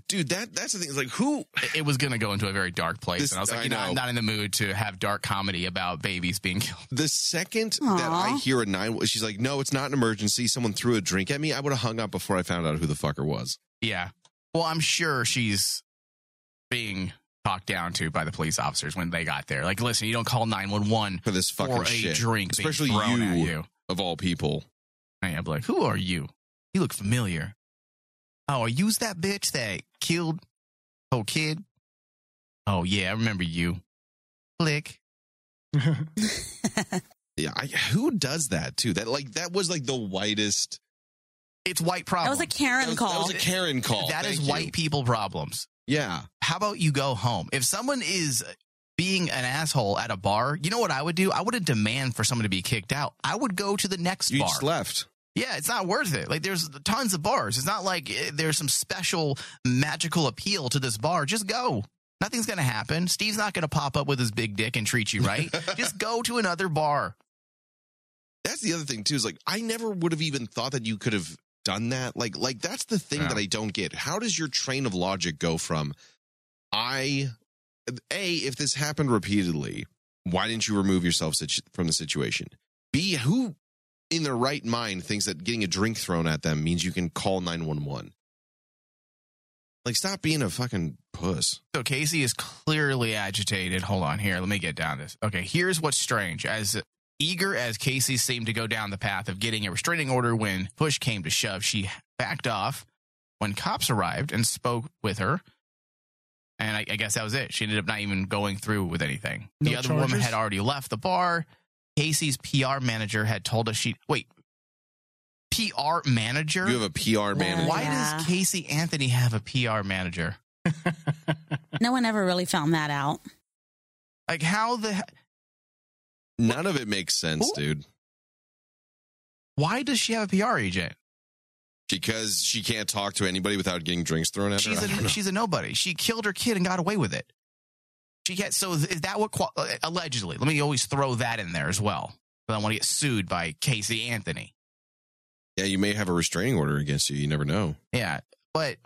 Speaker 5: Dude, that that's the thing. It's like, who?
Speaker 3: It- It was going to go into a very dark place,
Speaker 5: This-
Speaker 3: and I was like,
Speaker 5: I
Speaker 3: you know, I'm
Speaker 5: know.
Speaker 3: not in the mood to have dark comedy about babies being (laughs) killed.
Speaker 5: The second that
Speaker 7: Aw.
Speaker 5: I hear a nine, she's like, no, it's not an emergency. Someone threw a drink at me. I would have hung up before I found out who the fucker was.
Speaker 3: Yeah. Well, I'm sure she's being talked down to by the police officers when they got there. Like, listen, you don't call 911
Speaker 5: For this fucking
Speaker 3: for a
Speaker 5: shit.
Speaker 3: drink, being
Speaker 5: Especially
Speaker 3: thrown at
Speaker 5: you.
Speaker 3: you.
Speaker 5: Of all people.
Speaker 3: I am like, who are you? You look familiar. Oh, are you that bitch that killed whole kid? Oh yeah, I remember you. Click.
Speaker 5: Yeah, I, who does that too? That like that was like the whitest.
Speaker 3: It's white
Speaker 7: That
Speaker 3: problem.
Speaker 7: was a
Speaker 5: Oh, That
Speaker 7: Karen
Speaker 5: was, that
Speaker 7: call.
Speaker 5: was a Karen call.
Speaker 3: That is
Speaker 5: Thank you.
Speaker 3: white people problems.
Speaker 5: Yeah,
Speaker 3: How about you go home? If someone is being an asshole at a bar, you know what I would do? I wouldn't demand for someone to be kicked out. I would go to the next
Speaker 5: you
Speaker 3: bar.
Speaker 5: just left.
Speaker 3: Yeah, it's not worth it. Like there's tons of bars. It's not like eh, there's some special magical appeal to this bar. Just go. Nothing's going to happen. Steve's not going to pop up with his big dick and treat you right. Just go to another bar.
Speaker 5: That's the other thing too. Is like I never would have even thought that you could have done that. Like like that's the thing
Speaker 3: Yeah.
Speaker 5: that I don't get. How does your train of logic go from I a if this happened repeatedly, why didn't you remove yourself situ- from the situation? B who in their right mind thinks that getting a drink thrown at them means you can call 911. Like, stop being a fucking puss.
Speaker 3: So Casey is clearly agitated. Hold on here. Let me get down this. Okay, here's what's strange. As eager as Casey seemed to go down the path of getting a restraining order when push came to shove, she backed off when cops arrived and spoke with her. And I, I guess that was it. She ended up not even going through with anything.
Speaker 4: No
Speaker 3: the other woman
Speaker 4: charges?
Speaker 3: had already left the bar. Casey's PR manager had told us she wait. PR manager?
Speaker 5: You have a PR manager.
Speaker 3: Why
Speaker 7: Yeah.
Speaker 3: does Casey Anthony have a PR manager?
Speaker 7: No one ever really found that out.
Speaker 3: Like how the
Speaker 5: None of it makes sense, dude.
Speaker 3: why does she have a PR agent?
Speaker 5: Because she can't talk to anybody without getting drinks thrown at
Speaker 3: She's
Speaker 5: her. I (laughs) don't know.
Speaker 3: a she's a nobody. She killed her kid and got away with it. She gets so is that what qual- allegedly? Let me always throw that in there as well. But I want to get sued by Casey Anthony.
Speaker 5: yeah, you may have a restraining order against you. You never know.
Speaker 3: Yeah, but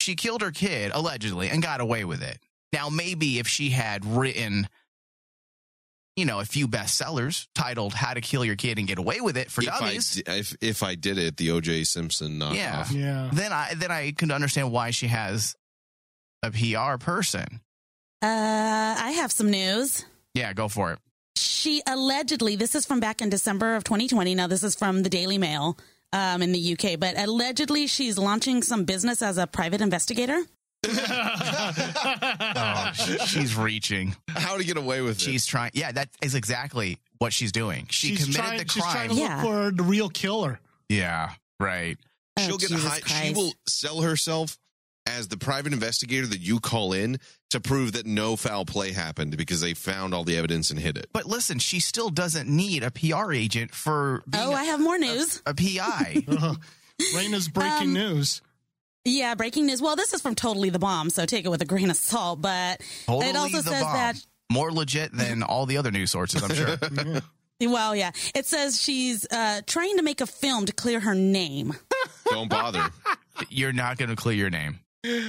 Speaker 3: she killed her kid allegedly and got away with it. Now maybe if she had written, you know, a few bestsellers titled "How to Kill Your Kid and Get Away with It" for
Speaker 5: if, I,
Speaker 3: Dummies,
Speaker 5: di- if, if I did it, the OJ Simpson knockoff.
Speaker 3: Yeah.
Speaker 4: Yeah.
Speaker 3: then I then I could understand why she has a PR person.
Speaker 7: Uh, I have some news.
Speaker 3: Yeah, go for it.
Speaker 7: She allegedly, this is from back in December of 2020. Now, this is from the Daily Mail um, in the UK, but allegedly she's launching some business as a private investigator.
Speaker 3: (laughs)
Speaker 4: (laughs)
Speaker 3: Oh, she- she's reaching.
Speaker 5: (laughs) How to get away with it?
Speaker 3: She's trying. Yeah, that is exactly what she's doing. (laughs) She
Speaker 4: she's
Speaker 3: committed
Speaker 4: trying,
Speaker 3: the
Speaker 4: She's trying
Speaker 3: crime.
Speaker 4: to look
Speaker 7: Yeah.
Speaker 4: for the real killer.
Speaker 3: yeah, right.
Speaker 7: Oh,
Speaker 5: She'll get
Speaker 7: Jesus
Speaker 5: high. She
Speaker 7: Christ.
Speaker 5: will sell herself as the private investigator that you call in to prove that no foul play happened because they found all the evidence and hid it.
Speaker 3: But listen, she still doesn't need a PR agent for being
Speaker 7: Oh, I have more news.
Speaker 3: a
Speaker 4: (laughs)
Speaker 3: PI.
Speaker 4: Raina's breaking
Speaker 7: Um,
Speaker 4: news.
Speaker 7: Yeah, breaking news. Well, this is from Totally the Bomb, so take it with a grain of salt. But
Speaker 3: totally
Speaker 7: it also
Speaker 3: the
Speaker 7: says
Speaker 3: bomb.
Speaker 7: that
Speaker 3: More legit than all the other news sources, I'm
Speaker 4: (laughs)
Speaker 3: sure.
Speaker 7: Well, yeah. It says she's uh, trying to make a film to clear her name.
Speaker 5: Don't bother.
Speaker 3: (laughs) You're not going to clear your name.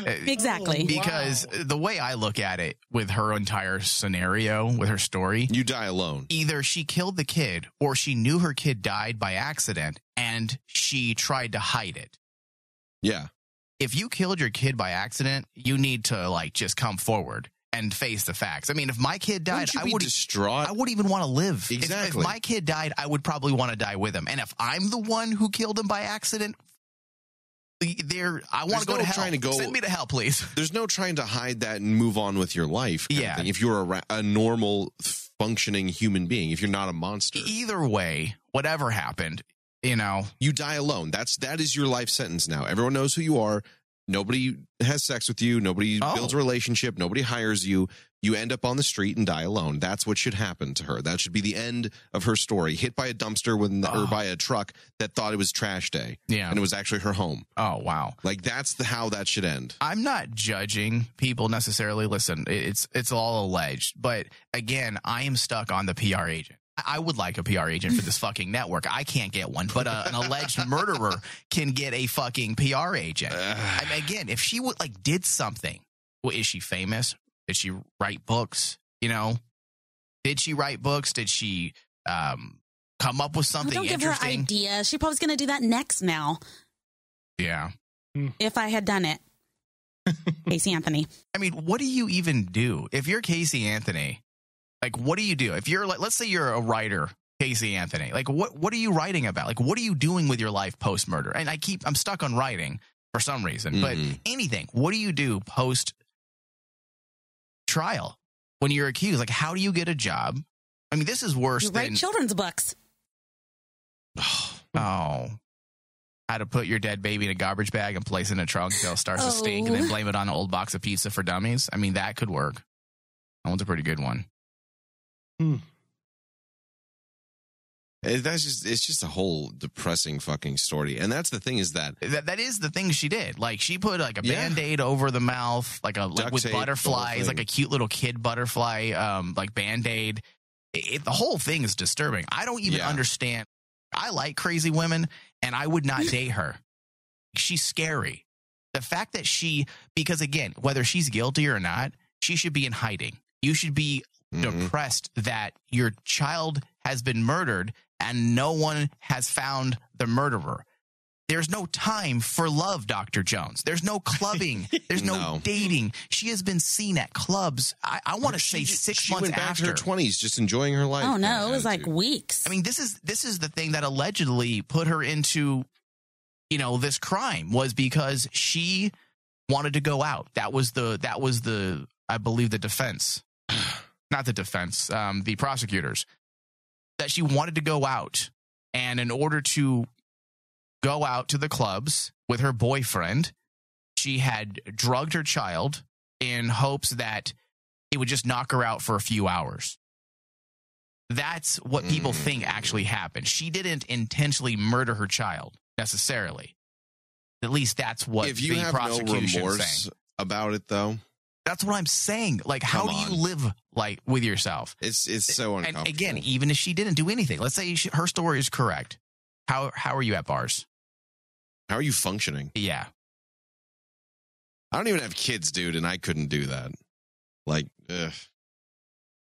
Speaker 7: Exactly.
Speaker 3: Because the way I look at it with her entire scenario, with her story,
Speaker 5: you die alone.
Speaker 3: either she killed the kid or she knew her kid died by accident and she tried to hide it.
Speaker 5: Yeah.
Speaker 3: if you killed your kid by accident, you need to like just come forward and face the facts. I mean, if my kid died,
Speaker 5: Wouldn't you
Speaker 3: I
Speaker 5: be
Speaker 3: would
Speaker 5: distraught.
Speaker 3: I would even want to live. If- If,
Speaker 5: Exactly.
Speaker 3: my kid died, I would probably want to die with him. And if I'm the one who killed him by accident, there I want
Speaker 5: There's
Speaker 3: to go
Speaker 5: no
Speaker 3: to hell.
Speaker 5: trying to go-
Speaker 3: Send me to hell, please.
Speaker 5: There's no trying to hide that and move on with your life. kind of
Speaker 3: Yeah.
Speaker 5: thing. If you're a, ra- a normal functioning human being, if you're not a monster,
Speaker 3: Either way, whatever happened, you know,
Speaker 5: you die alone. That's that is your life sentence now. Everyone knows who you are. Nobody has sex with you. Nobody
Speaker 3: Oh.
Speaker 5: builds a relationship. Nobody hires you. You end up on the street and die alone. That's what should happen to her. That should be the end of her story. Hit by a dumpster when
Speaker 3: Oh.
Speaker 5: or by a truck that thought it was trash day
Speaker 3: yeah.
Speaker 5: and it was actually her home.
Speaker 3: Oh wow.
Speaker 5: Like that's the how that should end.
Speaker 3: I'm not judging people necessarily. Listen, it- it's it's all alleged, but again, I am stuck on the PR agent. I I would like a PR agent for this fucking network. I can't get one, but uh, an alleged murderer can get a fucking PR agent.
Speaker 5: Uh.
Speaker 3: I mean, again, if she would like did something, well, is she famous? Did she write books? You know, did she write books? Did she um, come up with
Speaker 7: Oh,
Speaker 3: something
Speaker 7: don't give her
Speaker 3: interesting?
Speaker 7: ideas. She probably's going to do that next now
Speaker 3: yeah.
Speaker 7: if I had done
Speaker 3: (laughs)
Speaker 7: it. Casey Anthony.
Speaker 3: I mean, what do you even do if you're Casey Anthony? Like, what do you do if you're like, let's say you're a writer, Casey Anthony? Like, what what are you writing about? Like, what are you doing with your life post murder? And I keep I'm stuck on writing for some reason,
Speaker 5: Mhm.
Speaker 3: but anything. What do you do post trial when you're accused? Like, how do you get a job? I mean, this is worse
Speaker 7: You
Speaker 3: than
Speaker 7: write children's books.
Speaker 5: Hmm.
Speaker 3: oh. How to put your dead baby in a garbage bag and place it in a trunk till it starts to stink and
Speaker 7: Oh.
Speaker 3: then blame it on an old box of pizza for dummies. I mean, that could work. That one's a pretty good one.
Speaker 5: It- That's just it's just a whole depressing fucking story. And that's the thing is that
Speaker 3: That, that is the thing she did. Like, she put like a
Speaker 5: Yeah.
Speaker 3: band aid over the mouth, like a like
Speaker 5: Duct
Speaker 3: with
Speaker 5: tape, the whole
Speaker 3: butterflies, like
Speaker 5: thing.
Speaker 3: a cute little kid butterfly, um, like band aid. It, it- the whole thing is disturbing. I don't even
Speaker 5: Yeah.
Speaker 3: understand. I like crazy women and I would
Speaker 5: (laughs)
Speaker 3: not date her. She's scary. The fact that she, because again, whether she's guilty or not, she should be in hiding. You should be
Speaker 5: Mm-hmm.
Speaker 3: depressed that your child has been murdered and no one has found the murderer. There's no time for love, Dr. Jones. There's no
Speaker 5: (laughs)
Speaker 3: clubbing. There's no,
Speaker 5: No.
Speaker 3: dating. She has been seen at clubs. I, I want to say
Speaker 5: ju-
Speaker 3: six
Speaker 5: she
Speaker 3: months
Speaker 5: went back
Speaker 3: after.
Speaker 5: to her twenties, just enjoying her life.
Speaker 7: Oh
Speaker 5: kind
Speaker 7: no,
Speaker 5: of
Speaker 7: it was like
Speaker 5: attitude.
Speaker 7: weeks.
Speaker 3: I mean, this is this is the thing that allegedly put her into, you know, this crime was because she wanted to go out. That was the that was the I believe the defense, (sighs) not the defense, um, the prosecutors, that she wanted to go out, and in order to go out to the clubs with her boyfriend, she had drugged her child in hopes that it would just knock her out for a few hours. That's what people
Speaker 5: Hmm.
Speaker 3: think actually happened. She didn't intentionally murder her child necessarily. At least that's what
Speaker 5: if you
Speaker 3: the
Speaker 5: have no
Speaker 3: prosecution's
Speaker 5: remorse
Speaker 3: saying.
Speaker 5: about it, though,
Speaker 3: That's what I'm saying. Like, how
Speaker 5: Come
Speaker 3: do
Speaker 5: on.
Speaker 3: you live like with yourself?
Speaker 5: it's it's so
Speaker 3: And
Speaker 5: uncomfortable.
Speaker 3: again, e- even if she didn't do anything, let's say she, her story is correct. How how are you at bars?
Speaker 5: how are you functioning?
Speaker 3: Yeah,
Speaker 5: I don't even have kids, dude, and I couldn't do that. Like, ugh.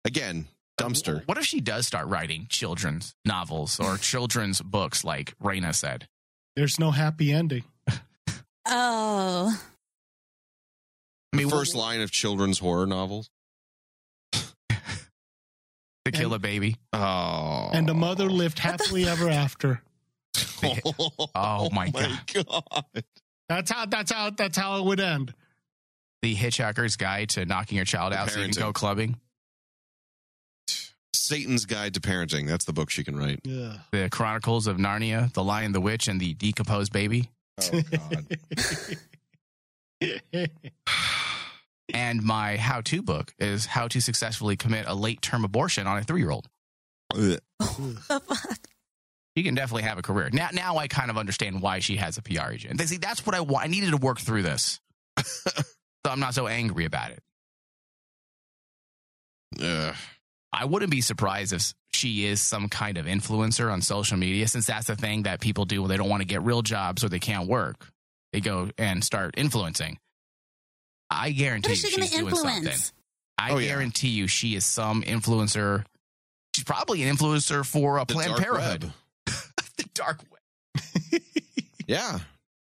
Speaker 5: again, dumpster.
Speaker 3: What if she does start writing children's novels or (laughs) children's books, like Raina said?
Speaker 4: There's no happy ending.
Speaker 7: oh,
Speaker 3: I mean,
Speaker 5: the first line of children's horror novels.
Speaker 3: to kill a baby.
Speaker 5: Oh,
Speaker 4: And the mother lived
Speaker 7: (laughs)
Speaker 4: happily ever after.
Speaker 3: (laughs)
Speaker 5: (laughs)
Speaker 3: Oh, my
Speaker 5: God.
Speaker 4: That's how. That's how. That's how it would end.
Speaker 3: The Hitchhiker's Guide to Knocking Your Child Out so you
Speaker 5: Parenting.
Speaker 3: can go clubbing.
Speaker 5: Satan's Guide to Parenting. That's the book she can write.
Speaker 4: (laughs) Yeah.
Speaker 3: the Chronicles of Narnia, The Lion, the Witch, and the Decomposed Baby,
Speaker 5: (laughs) Oh God.
Speaker 3: and my how-to book is how to successfully commit a late-term abortion on a three-year-old.
Speaker 5: (laughs) Ugh.
Speaker 7: the fuck.
Speaker 3: She can definitely have a career. Now, now I kind of understand why she has a PR agent. They see that's what I want. I needed to work through this, (laughs) so I'm not so angry about it.
Speaker 5: Ugh.
Speaker 3: I wouldn't be surprised if she is some kind of influencer on social media, since that's the thing that people do when they don't want to get real jobs or they can't work. They go and start influencing. I guarantee
Speaker 7: What is
Speaker 3: you
Speaker 7: she going
Speaker 3: she's
Speaker 7: to
Speaker 3: doing something.
Speaker 7: influence?
Speaker 3: I
Speaker 5: Oh, yeah.
Speaker 3: guarantee you she is some influencer. She's probably an influencer for a
Speaker 5: The
Speaker 3: Planned
Speaker 5: dark
Speaker 3: Parenthood.
Speaker 5: web.
Speaker 3: (laughs) the dark web.
Speaker 5: Yeah.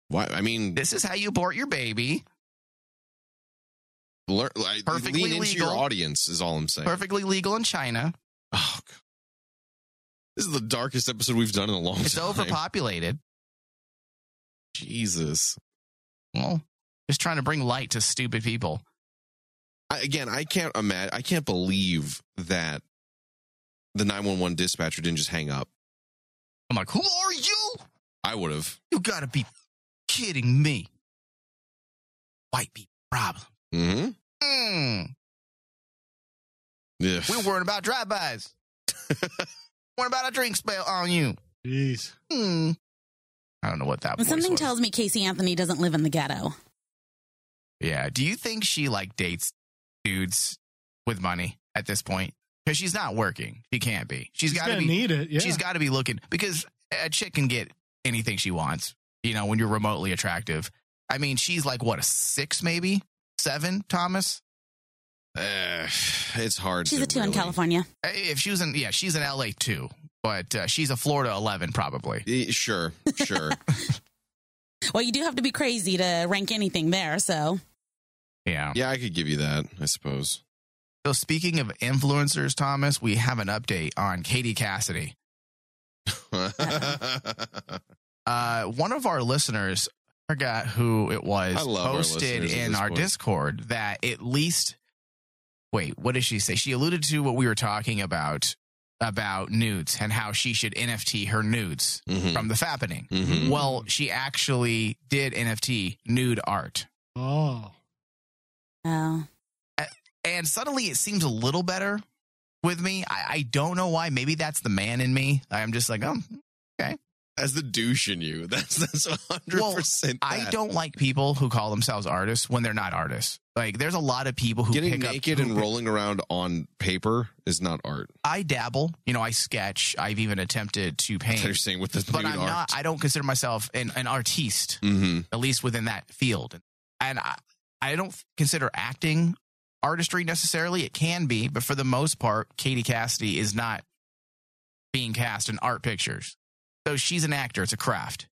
Speaker 5: Why? I mean,
Speaker 3: This is how you abort your baby.
Speaker 5: learn, like,
Speaker 3: Perfectly
Speaker 5: lean into your
Speaker 3: legal.
Speaker 5: audience is all I'm saying.
Speaker 3: Perfectly legal in China.
Speaker 5: Oh, God. This is the darkest episode we've done in a long (laughs)
Speaker 3: It's
Speaker 5: time.
Speaker 3: overpopulated.
Speaker 5: Jesus.
Speaker 3: Well, just trying to bring light to stupid people.
Speaker 5: I, again, I can't imagine. I can't believe that the 911 dispatcher didn't just hang up.
Speaker 3: I'm like, who are you?
Speaker 5: I would have.
Speaker 3: You gotta be kidding me. White people problem.
Speaker 5: Mm-hmm.
Speaker 3: Mm,
Speaker 5: Yeah.
Speaker 3: we're worrying about
Speaker 4: (laughs)
Speaker 3: drive-bys. worrying about a drink spell on you.
Speaker 4: Jeez.
Speaker 3: Mm. I don't know what that
Speaker 7: When
Speaker 3: voice
Speaker 7: something
Speaker 3: was.
Speaker 7: tells me Casey Anthony doesn't live in the ghetto.
Speaker 3: Yeah. Do you think she like dates dudes with money at this point? Because she's not working. She can't be. she's got to
Speaker 4: gonna
Speaker 3: be.
Speaker 4: need it. Yeah.
Speaker 3: She's got to be looking because a chick can get anything she wants. You know, when you're remotely attractive. I mean, she's like what a six, maybe seven, Thomas.
Speaker 5: Eh, it's hard.
Speaker 7: She's
Speaker 5: to
Speaker 7: a two in
Speaker 5: really-
Speaker 7: California.
Speaker 3: Uh, If she was in, yeah, she's in L.A. too, but uh, she's a Florida eleven probably.
Speaker 5: Eh, Sure,
Speaker 7: (laughs)
Speaker 5: sure.
Speaker 7: Well, you do have to be crazy to rank anything there. So
Speaker 3: Yeah.
Speaker 5: yeah, I could give you that. I suppose. (laughs)
Speaker 3: So speaking of influencers, Thomas, we have an update on Katie Cassidy.
Speaker 5: Mm-hmm. I
Speaker 3: uh, one of our listeners, I forgot who it was,
Speaker 5: I love our
Speaker 3: posted
Speaker 5: listeners at
Speaker 3: in
Speaker 5: this
Speaker 3: our
Speaker 5: point.
Speaker 3: Discord that at least, wait, what did she say? She alluded to what we were talking about about nudes and how she should NFT her nudes
Speaker 5: Mm.
Speaker 3: from the fappening.
Speaker 5: Mhm.
Speaker 3: Well, she actually did NFT nude art.
Speaker 4: Oh.
Speaker 7: oh,
Speaker 3: And suddenly it seems a little better with me. I, I don't know why. Maybe that's the man in me. I'm just like, oh,
Speaker 5: As the douche in you. (laughs) That's that's hundred
Speaker 3: Well,
Speaker 5: percent.
Speaker 3: I don't like people who call themselves artists when they're not artists. Like, there's a lot of people who
Speaker 5: Getting
Speaker 3: pick up-
Speaker 5: naked
Speaker 3: who
Speaker 5: and
Speaker 3: pick-
Speaker 5: rolling around on paper is not art.
Speaker 3: I dabble. You know, I sketch. I've even attempted to
Speaker 5: That's what you're
Speaker 3: paint,
Speaker 5: saying with the
Speaker 3: but
Speaker 5: nude
Speaker 3: I'm
Speaker 5: art.
Speaker 3: not. I don't consider myself an, an artiste,
Speaker 5: mm-hmm.
Speaker 3: at least within that field. And I, I don't consider acting artistry necessarily. It can be, but for the most part, Katie Cassidy is not being cast in art pictures. So she's an actor, it's a craft.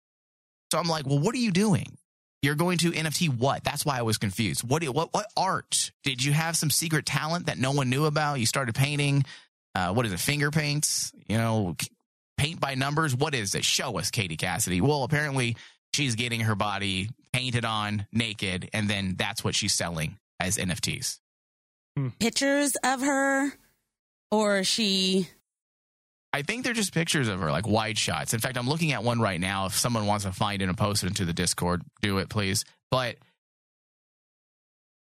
Speaker 3: So I'm like, well, what are you doing? You're going to NFT what? That's why I was confused. What, what, what art? Did you have some secret talent that no one knew about? You started painting, uh, what is it, finger paints? You know, paint by numbers? What is it? Show us, Katie Cassidy. Well, apparently she's getting her body painted on naked, and then that's what she's selling as NFTs.
Speaker 7: Pictures of her, or she
Speaker 3: I think they're just pictures of her, like wide shots. In fact, I'm looking at one right now. If someone wants to find it and post it into the Discord, do it, please. But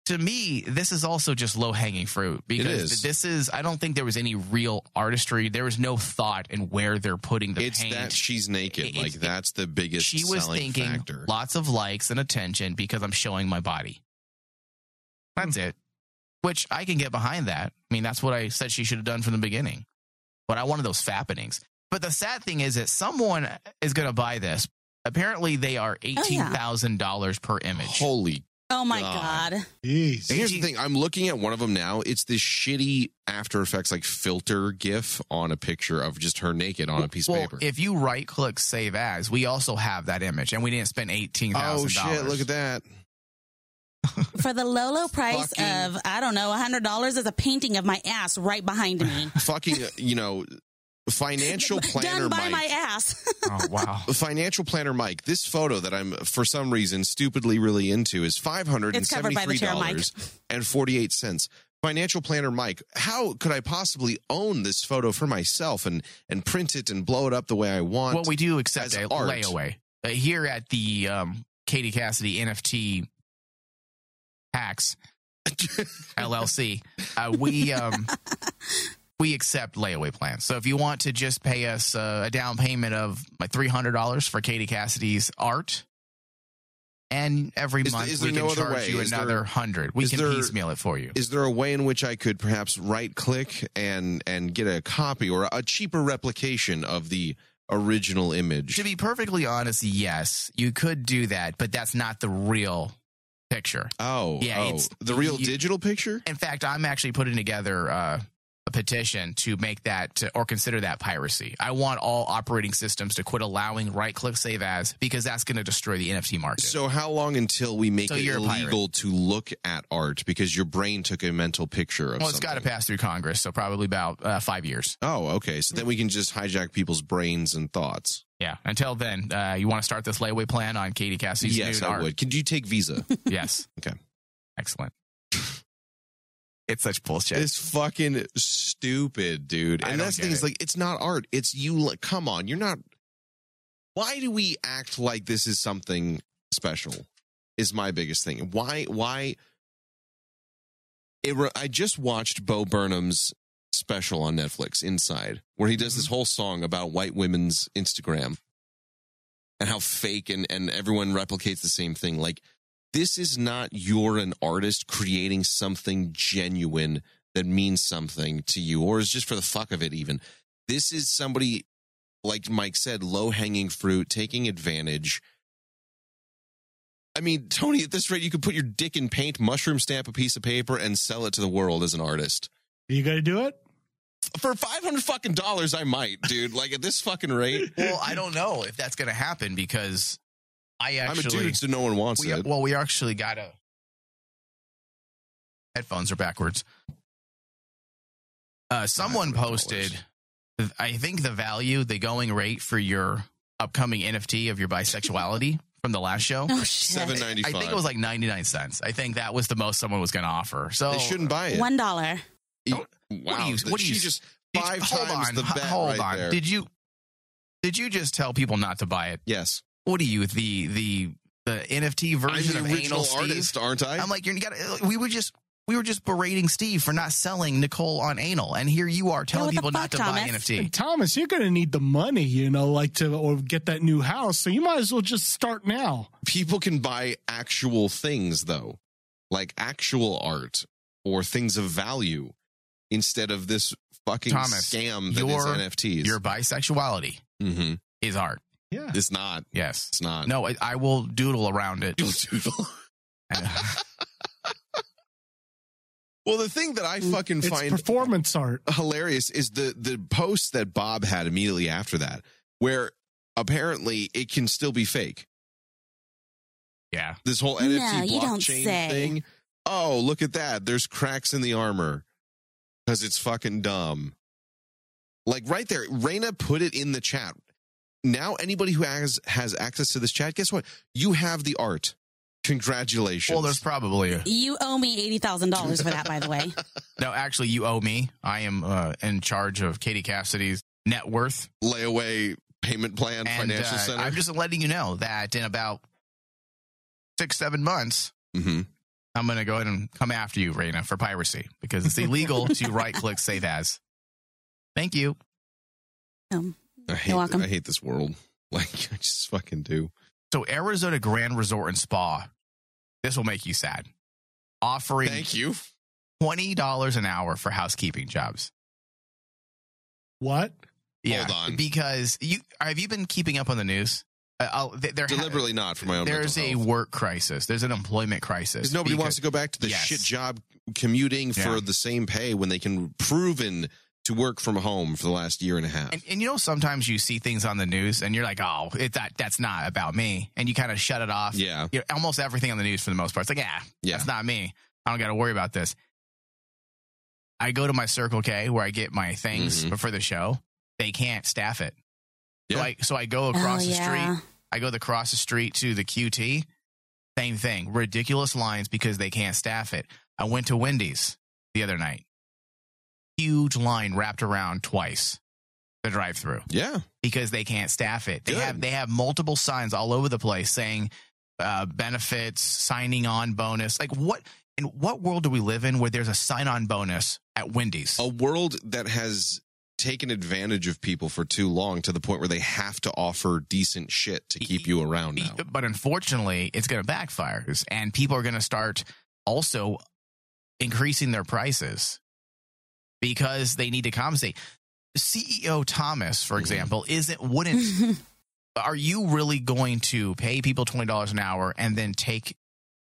Speaker 3: to me, this is also just low hanging fruit because
Speaker 5: is.
Speaker 3: this is, I don't think there was any real artistry. There was no thought in where they're putting the
Speaker 5: it's
Speaker 3: paint.
Speaker 5: that she's naked.
Speaker 3: It-
Speaker 5: like
Speaker 3: it-
Speaker 5: that's the biggest
Speaker 3: she was
Speaker 5: selling
Speaker 3: thinking
Speaker 5: factor.
Speaker 3: lots of likes and attention because I'm showing my body. That's
Speaker 5: Hmm.
Speaker 3: it. Which I can get behind that. I mean, that's what I said she should have done from the beginning. But I wanted those fappenings. But the sad thing is that someone is going to buy this. Apparently, they are eighteen thousand dollars per image.
Speaker 5: Holy.
Speaker 7: Oh my
Speaker 5: God.
Speaker 7: god.
Speaker 5: And
Speaker 4: Jeez.
Speaker 5: here's the thing. I'm looking at one of them now. It's this shitty After Effects like filter GIF on a picture of just her naked on a piece
Speaker 3: well,
Speaker 5: of paper.
Speaker 3: if you right click Save As, we also have that image, and we didn't spend eighteen
Speaker 5: oh
Speaker 3: thousand
Speaker 5: shit!
Speaker 3: dollars.
Speaker 5: Look at that.
Speaker 7: For the low, low price
Speaker 5: Fucking-
Speaker 7: of, I don't know, $100 is a painting of my ass right behind me.
Speaker 5: Fucking you know,
Speaker 3: (laughs)
Speaker 5: financial planner
Speaker 7: Done by
Speaker 5: Mike.
Speaker 7: my ass. (laughs)
Speaker 3: Oh wow!
Speaker 5: financial planner Mike, this photo that I'm for some reason stupidly really into is five hundred and
Speaker 7: It's covered by
Speaker 5: seventy-three
Speaker 7: the chair, Mike.
Speaker 5: dollars and forty-eight cents. Financial planner Mike, how could I possibly own this photo for myself and and print it and blow it up the way I want?
Speaker 3: Well, we do accept
Speaker 5: as
Speaker 3: a
Speaker 5: art.
Speaker 3: layaway Uh, here at the um, Katie Cassidy NFT Hacks LLC. Uh, we
Speaker 5: (laughs)
Speaker 3: um, we accept layaway plans. So if you want to just pay us uh, a down payment of like three hundred dollars for Katie Cassidy's art. And every
Speaker 5: Is there-
Speaker 3: month
Speaker 5: is
Speaker 3: we
Speaker 5: there
Speaker 3: can
Speaker 5: no other
Speaker 3: charge
Speaker 5: way?
Speaker 3: you
Speaker 5: Is there-
Speaker 3: another hundred. We
Speaker 5: is
Speaker 3: can
Speaker 5: there-
Speaker 3: piecemeal it for you.
Speaker 5: (laughs) is there a way in which I could perhaps right click and and get a copy or a cheaper replication of the original image?
Speaker 3: to be perfectly honest, yes, you could do that, but that's not the real picture.
Speaker 5: oh,
Speaker 3: Yeah,
Speaker 5: oh,
Speaker 3: it's-
Speaker 5: the real
Speaker 3: you-
Speaker 5: digital picture.
Speaker 3: In fact, I'm actually putting together uh, a petition to make that to, or consider that piracy. I want all operating systems to quit allowing right click save as because that's going to destroy the NFT market.
Speaker 5: So how long until we make
Speaker 3: So
Speaker 5: it
Speaker 3: you're a pirate.
Speaker 5: illegal to look at art because your brain took a mental picture of
Speaker 3: well, it's got to
Speaker 5: something?
Speaker 3: pass through Congress, so probably about uh, five years.
Speaker 5: Oh, okay. So then we can just hijack people's brains and thoughts.
Speaker 3: Yeah. Until then, uh, you want to start this layaway plan on Katie Cassidy's
Speaker 5: yes,
Speaker 3: nude
Speaker 5: I
Speaker 3: art?
Speaker 5: would. Could you take Visa?
Speaker 3: Yes.
Speaker 5: (laughs) Okay.
Speaker 3: Excellent. it's such bullshit.
Speaker 5: it's fucking stupid, dude.
Speaker 3: I
Speaker 5: And
Speaker 3: don't
Speaker 5: that's the
Speaker 3: get
Speaker 5: thing is
Speaker 3: it.
Speaker 5: like it's not art. It's you. Like, come on, you're not. Why do we act like this is something special? Is my biggest thing. Why? Why? It re- I just watched Bo Burnham's special on Netflix, Inside, where he does this whole song about white women's Instagram and how fake and, and everyone replicates the same thing. Like, this is not you're an artist creating something genuine that means something to you or is just for the fuck of it, even. This is somebody, like Mike said, low hanging fruit, taking advantage. I mean, Tony, at this rate, you could put your dick in paint, mushroom stamp a piece of paper, and sell it to the world as an artist
Speaker 4: You got to do it?
Speaker 5: for five hundred fucking dollars, I might, dude. Like at this fucking rate,
Speaker 3: well, I don't know if that's going to happen because I
Speaker 5: I'm a
Speaker 3: actually
Speaker 5: dude, so no one wants
Speaker 3: we,
Speaker 5: it.
Speaker 3: well, we actually got a. Headphones are backwards. Uh, someone
Speaker 5: $500.
Speaker 3: posted, I think the value, the going rate for your upcoming NFT of your
Speaker 5: (laughs)
Speaker 3: bisexuality from the last show.
Speaker 7: Oh, shit.
Speaker 5: Seven ninety
Speaker 3: I
Speaker 5: five.
Speaker 3: think it was like 99 cents. I think that was the most someone was going to offer. So
Speaker 5: they shouldn't buy it. E-
Speaker 7: $1.
Speaker 5: wow,
Speaker 3: oh, What do you-
Speaker 5: that
Speaker 3: what do you-
Speaker 5: she just
Speaker 3: Did you-
Speaker 5: five
Speaker 3: hold
Speaker 5: times
Speaker 3: on,
Speaker 5: the
Speaker 3: h-
Speaker 5: bet
Speaker 3: Hold
Speaker 5: right
Speaker 3: on.
Speaker 5: there.
Speaker 3: Did you did you just tell people not to buy it?
Speaker 5: yes,
Speaker 3: What are you the the the NFT
Speaker 5: I'm
Speaker 3: version
Speaker 5: the
Speaker 3: of anal
Speaker 5: original
Speaker 3: Steve?
Speaker 5: artist, aren't I?
Speaker 3: I'm like, you're, you got. We were just we were just berating Steve for not selling Nicole on anal, and here you are telling
Speaker 7: what the
Speaker 3: people not to
Speaker 7: fuck,
Speaker 3: buy
Speaker 7: Thomas?
Speaker 3: NFT.
Speaker 4: Thomas, you're going to need the money, you know, like to or get that new house. So you might as well just start now.
Speaker 5: People can buy actual things though, like actual art or things of value, instead of this fucking
Speaker 3: Thomas,
Speaker 5: scam that
Speaker 3: your-
Speaker 5: is NFTs.
Speaker 3: Your bisexuality
Speaker 5: hmm
Speaker 3: is art.
Speaker 4: Yeah.
Speaker 5: It's not.
Speaker 3: Yes.
Speaker 5: It's not. (laughs)
Speaker 3: No, I, I will doodle around it.
Speaker 5: You'll doodle.
Speaker 3: Uh,
Speaker 5: Well, the thing that I fucking
Speaker 4: It's
Speaker 5: find
Speaker 4: performance art.
Speaker 5: hilarious is the the post that Bob had immediately after that, where apparently it can still be fake.
Speaker 3: (laughs) Yeah.
Speaker 5: This whole
Speaker 7: No,
Speaker 5: NFT
Speaker 7: you don't
Speaker 5: blockchain
Speaker 7: say.
Speaker 5: thing. Oh, look at that! There's cracks in the armor because it's fucking dumb. Like right there, Raina put it in the chat. Now anybody who has has access to this chat, guess what? You have the art. Congratulations.
Speaker 3: Well, there's probably a,
Speaker 7: You owe me $80,000 for that, by the way.
Speaker 3: no. Actually, you owe me. I am uh, in charge of Katie Cassidy's net worth.
Speaker 5: layaway payment plan,
Speaker 3: And,
Speaker 5: financial
Speaker 3: uh,
Speaker 5: center.
Speaker 3: I'm just letting you know that in about six, seven months,
Speaker 5: mm-hmm.
Speaker 3: I'm going to go ahead and come after you, Raina, for piracy because it's
Speaker 5: (laughs)
Speaker 3: illegal to right click save as. Thank you.
Speaker 7: Um,
Speaker 5: I hate,
Speaker 7: You're welcome.
Speaker 5: I hate this world. (laughs) Like I just fucking do.
Speaker 3: So, Arizona Grand Resort and Spa, this will make you sad, offering
Speaker 5: Thank
Speaker 3: (laughs)
Speaker 5: you.
Speaker 3: $20 an hour for housekeeping jobs.
Speaker 4: What?
Speaker 5: Hold on.
Speaker 3: Because you have you been keeping up on the news? Uh, I'll, th- there ha-
Speaker 5: Deliberately not for my own.
Speaker 3: there's a
Speaker 5: mental health.
Speaker 3: work crisis. There's an employment crisis.
Speaker 5: because nobody wants to go back to the
Speaker 3: Yes.
Speaker 5: shit job commuting
Speaker 3: Yeah.
Speaker 5: for the same pay when they can proven to work from home for the last year and a half.
Speaker 3: And, and you know, sometimes you see things on the news and you're like, oh, it, that that's not about me. And you kind of shut it off.
Speaker 5: yeah,
Speaker 3: You know, almost everything on the news for the most part. It's like, yeah,
Speaker 5: yeah.
Speaker 3: that's not me. I don't got to worry about this. I go to my Circle K where I get my things
Speaker 5: Mhm.
Speaker 3: before the show. They can't staff it.
Speaker 5: Yeah.
Speaker 3: So, I, so I go across
Speaker 7: oh,
Speaker 3: the
Speaker 7: yeah.
Speaker 3: street. I go the- across the street to the QT. Same thing. Ridiculous lines because they can't staff it. I went to Wendy's the other night. Huge line wrapped around twice the drive through
Speaker 5: yeah.
Speaker 3: because they can't staff it. They
Speaker 5: Good.
Speaker 3: have they have multiple signs all over the place saying uh, benefits, signing on bonus. Like what in what world do we live in where there's a sign on bonus at Wendy's?
Speaker 5: A world that has taken advantage of people for too long to the point where they have to offer decent shit to keep you around now.
Speaker 3: But unfortunately, it's going to backfire, and people are going to start also increasing their prices because they need to compensate. CEO Thomas, for
Speaker 5: Mhm.
Speaker 3: example, isn't wouldn't are you really going to pay people $20 an hour and then take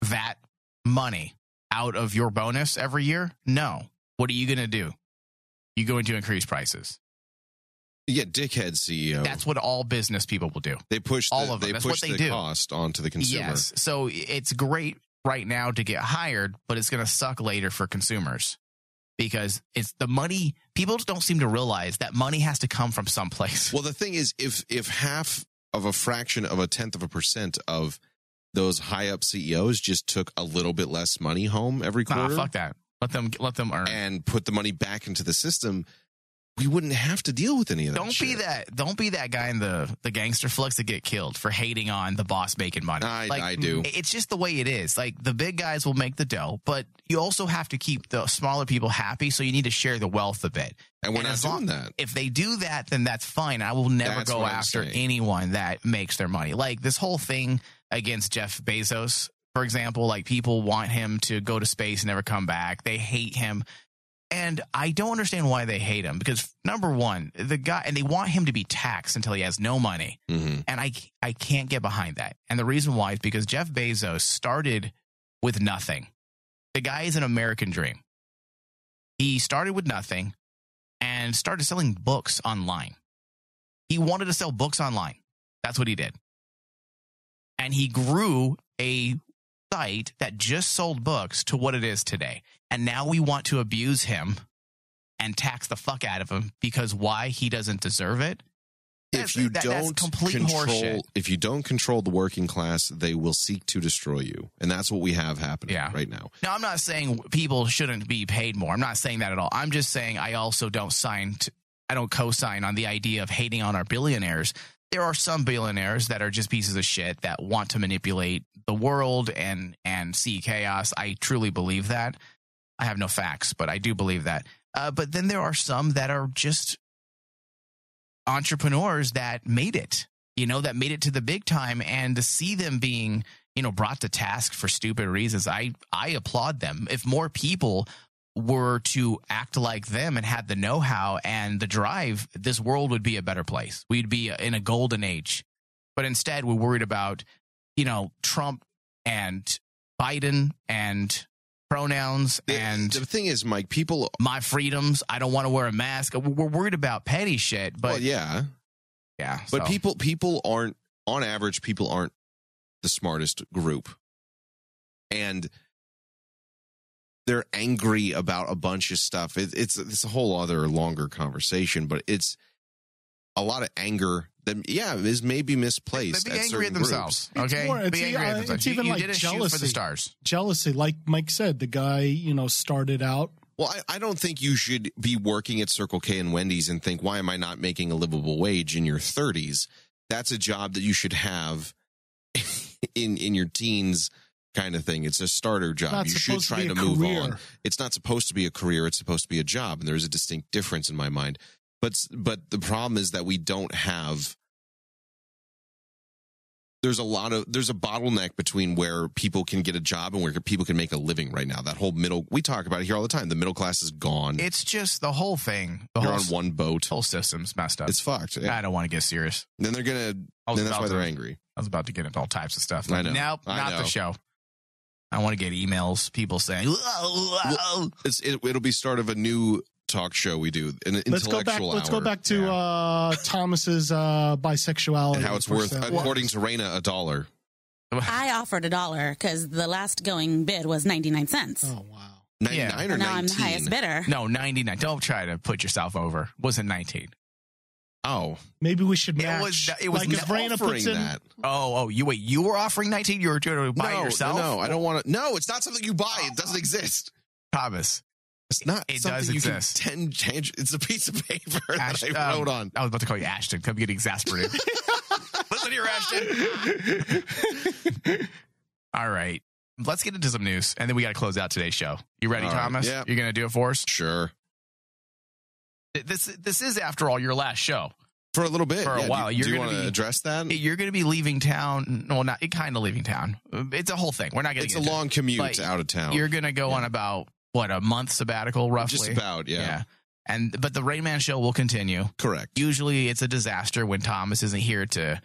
Speaker 3: that money out of your bonus every year? No. What are you going to do? You're going to increase prices.
Speaker 5: Yeah, dickhead CEO.
Speaker 3: That's what all business people will do.
Speaker 5: they push the,
Speaker 3: all of them.
Speaker 5: They
Speaker 3: That's what
Speaker 5: push
Speaker 3: they
Speaker 5: the
Speaker 3: do.
Speaker 5: cost onto the consumer.
Speaker 3: Yes. So it's great right now to get hired, but it's going to suck later for consumers because it's the money. People don't seem to realize that money has to come from someplace.
Speaker 5: Well, the thing is, if if half of a fraction of a tenth of a percent of those high up CEOs just took a little bit less money home every
Speaker 3: nah,
Speaker 5: quarter
Speaker 3: fuck that. Let them let them earn.
Speaker 5: and put the money back into the system, we wouldn't have to deal with any of that.
Speaker 3: don't be
Speaker 5: shit.
Speaker 3: that don't be that guy in the the gangster flicks that get killed for hating on the boss making money
Speaker 5: I,
Speaker 3: like
Speaker 5: I do.
Speaker 3: it's just the way it is like the big guys will make the dough but you also have to keep the smaller people happy so you need to share the wealth a bit
Speaker 5: And we're
Speaker 3: and
Speaker 5: not
Speaker 3: as
Speaker 5: doing
Speaker 3: long-
Speaker 5: that.
Speaker 3: if they do that then that's fine i will never
Speaker 5: That's
Speaker 3: go
Speaker 5: what I'm
Speaker 3: after
Speaker 5: saying.
Speaker 3: anyone that makes their money like this whole thing against jeff bezos for example like people want him to go to space and never come back they hate him and I don't understand why they hate him because number one, the guy, and they want him to be taxed until he has no money.
Speaker 5: Mhm.
Speaker 3: And I, I can't get behind that. And the reason why is because Jeff Bezos started with nothing. The guy is an American dream. He started with nothing and started selling books online. He wanted to sell books online. That's what he did. And he grew a site that just sold books to what it is today. And now we want to abuse him and tax the fuck out of him because why he doesn't deserve it.
Speaker 5: If you
Speaker 3: That- that's
Speaker 5: don't
Speaker 3: complete
Speaker 5: control,
Speaker 3: horseshit.
Speaker 5: if you don't control the working class, they will seek to destroy you, and that's what we have happening
Speaker 3: Yeah.
Speaker 5: right now.
Speaker 3: Now, I'm not saying people shouldn't be paid more. I'm not saying that at all. I'm just saying I also don't sign, t I don't co sign on the idea of hating on our billionaires. There are some billionaires that are just pieces of shit that want to manipulate the world and, and see chaos. I truly believe that. I have no facts, but I do believe that. Uh, but then there are some that are just entrepreneurs that made it, you know, that made it to the big time. And to see them being, you know, brought to task for stupid reasons, I, I applaud them. If more people were to act like them and had the know how and the drive, this world would be a better place. We'd be in a golden age. But instead, we're worried about, you know, Trump and Biden and pronouns and
Speaker 5: the thing is, Mike, people.
Speaker 3: my freedoms. I don't want to wear a mask. We're worried about petty shit, but
Speaker 5: well, yeah,
Speaker 3: yeah.
Speaker 5: but
Speaker 3: so.
Speaker 5: people people aren't on average. People aren't the smartest group, and they're angry about a bunch of stuff. It, it's it's a whole other longer conversation, but it's a lot of anger. That yeah, is maybe misplaced.
Speaker 3: They'd be
Speaker 5: at
Speaker 3: angry at
Speaker 5: certain groups.
Speaker 3: themselves.
Speaker 4: It's
Speaker 3: okay,
Speaker 4: more- it's
Speaker 3: be
Speaker 4: e-
Speaker 3: angry at
Speaker 4: uh,
Speaker 3: themselves.
Speaker 4: it's
Speaker 3: You-
Speaker 4: even
Speaker 3: you,
Speaker 4: like
Speaker 3: did a shoot for the
Speaker 4: jealousy.
Speaker 3: stars.
Speaker 4: Jealousy, like Mike said, the guy you know started out.
Speaker 5: Well, I, I don't think you should be working at Circle K and Wendy's and think, why am I not making a livable wage in your 30s? That's a job that you should have (laughs) in in your teens kind of thing. It's a starter job.
Speaker 4: Not
Speaker 5: you should
Speaker 4: supposed to
Speaker 5: try
Speaker 4: be
Speaker 5: to
Speaker 4: a
Speaker 5: move
Speaker 4: career.
Speaker 5: on. It's not supposed to be a career, it's supposed to be a job, and there's a distinct difference in my mind. But s- but the problem is that we don't have there's a lot of there's a bottleneck between where people can get a job and where people can make a living right now. That whole middle we talk about it here all the time. The middle class is gone.
Speaker 3: It's just the whole thing. The
Speaker 5: You're
Speaker 3: whole,
Speaker 5: on one boat.
Speaker 3: whole system's messed up.
Speaker 5: It's fucked. Yeah.
Speaker 3: I don't want to get serious.
Speaker 5: Then they're gonna.
Speaker 3: I was
Speaker 5: Then that's
Speaker 3: about
Speaker 5: why
Speaker 3: to-
Speaker 5: they're angry.
Speaker 3: I was about to get into all types of stuff.
Speaker 5: I know.
Speaker 3: Nope,
Speaker 5: I
Speaker 3: not the
Speaker 5: know.
Speaker 3: show. I want to get emails, people saying, "Whoa, whoa."
Speaker 5: It's it, it'll be start of a new talk show we do. An intellectual
Speaker 4: Let's go back.
Speaker 5: hour.
Speaker 4: Let's go back to
Speaker 5: Yeah.
Speaker 4: uh, Thomas's uh, bisexuality
Speaker 5: and how it's worth,
Speaker 4: percent.
Speaker 5: according to Raina, a dollar.
Speaker 7: I offered a dollar because the last going bid was 99 cents.
Speaker 4: Oh wow!
Speaker 5: Ninety
Speaker 3: Yeah.
Speaker 5: nine or
Speaker 7: and now I'm the
Speaker 5: nineteen.
Speaker 7: highest bidder.
Speaker 3: (laughs) No, 99. Don't try to put yourself over. Wasn't 19.
Speaker 5: Oh,
Speaker 4: Maybe we should
Speaker 3: It
Speaker 4: match.
Speaker 3: was- it was
Speaker 4: like if
Speaker 3: not
Speaker 4: Raina
Speaker 5: offering
Speaker 4: puts in,
Speaker 5: that.
Speaker 3: Oh, oh, you wait. You were offering 19? You were doing it by
Speaker 5: no,
Speaker 3: yourself?
Speaker 5: no, I don't want to. No, it's not something you buy. It doesn't exist.
Speaker 3: Thomas.
Speaker 5: It's not.
Speaker 3: It
Speaker 5: something
Speaker 3: does
Speaker 5: you can
Speaker 3: exist.
Speaker 5: Ten, change. It's a piece of (laughs) paper that
Speaker 3: Ash-
Speaker 5: I
Speaker 3: um,
Speaker 5: wrote on.
Speaker 3: I was about to call you Ashton. Come get
Speaker 5: (laughs)
Speaker 3: exasperated. Listen here, Ashton. All right. Let's get into some news, and then we got to close out today's show. You ready,
Speaker 5: All right.
Speaker 3: Thomas?
Speaker 5: Yep.
Speaker 3: You're going to do it for us?
Speaker 5: Sure.
Speaker 3: This, this is, after all, your last show.
Speaker 5: For a little bit.
Speaker 3: For a
Speaker 5: yeah.
Speaker 3: while,
Speaker 5: Do,
Speaker 3: you're
Speaker 5: do you
Speaker 3: gonna
Speaker 5: want to
Speaker 3: be-
Speaker 5: address that?
Speaker 3: You're going to be leaving town. Well, not kind of leaving town. It's a whole thing. We're not going
Speaker 5: It's a long commute
Speaker 3: Like,
Speaker 5: out of town.
Speaker 3: You're going to go on about, what, a month sabbatical, roughly?
Speaker 5: just about. Yeah.
Speaker 3: And But the Rain Man show will continue.
Speaker 5: Correct.
Speaker 3: Usually it's a disaster when Thomas isn't here to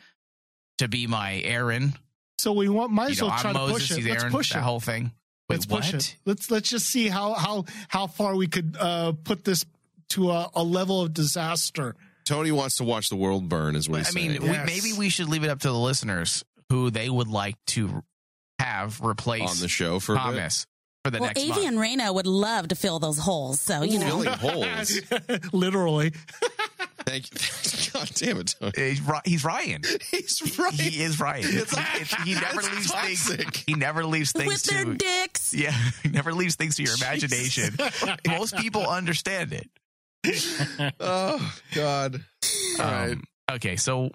Speaker 3: to be my Aaron.
Speaker 4: so we want might
Speaker 3: You
Speaker 4: as
Speaker 3: know,
Speaker 4: well
Speaker 3: I'm
Speaker 4: try to
Speaker 3: Moses,
Speaker 4: push it.
Speaker 3: he's
Speaker 4: Let's
Speaker 3: Aaron,
Speaker 4: push
Speaker 3: that
Speaker 4: it.
Speaker 3: whole thing. Wait,
Speaker 4: let's
Speaker 3: what?
Speaker 4: push it. Let's let's just see how how how far we could uh, put this to a, a level of disaster.
Speaker 5: Tony wants to watch the world burn. Is what he's
Speaker 3: I mean,
Speaker 5: saying.
Speaker 3: we,
Speaker 4: Yes.
Speaker 3: maybe we should leave it up to the listeners who they would like to have
Speaker 5: on
Speaker 3: replace
Speaker 5: the show for a bit.
Speaker 3: Thomas for the
Speaker 7: well,
Speaker 3: next
Speaker 7: Avi
Speaker 3: month.
Speaker 7: and Reno would love to fill those holes. So, you
Speaker 3: (laughs)
Speaker 7: know,
Speaker 5: filling holes.
Speaker 4: (laughs) Literally,
Speaker 5: Thank you. (laughs) God damn it,
Speaker 3: (laughs)
Speaker 5: Tony.
Speaker 3: He's Ri- He's Ryan.
Speaker 5: He's (laughs)
Speaker 3: (laughs)
Speaker 5: right.
Speaker 3: He is Ryan.
Speaker 5: It's-
Speaker 3: (laughs) It's- he never
Speaker 5: it's
Speaker 3: leaves
Speaker 5: toxic.
Speaker 3: things. He never leaves things
Speaker 7: with
Speaker 3: to
Speaker 7: their dicks.
Speaker 3: yeah. (laughs) He never leaves things to your imagination. (laughs) Most people understand it.
Speaker 5: oh God. All right.
Speaker 3: Um, okay, so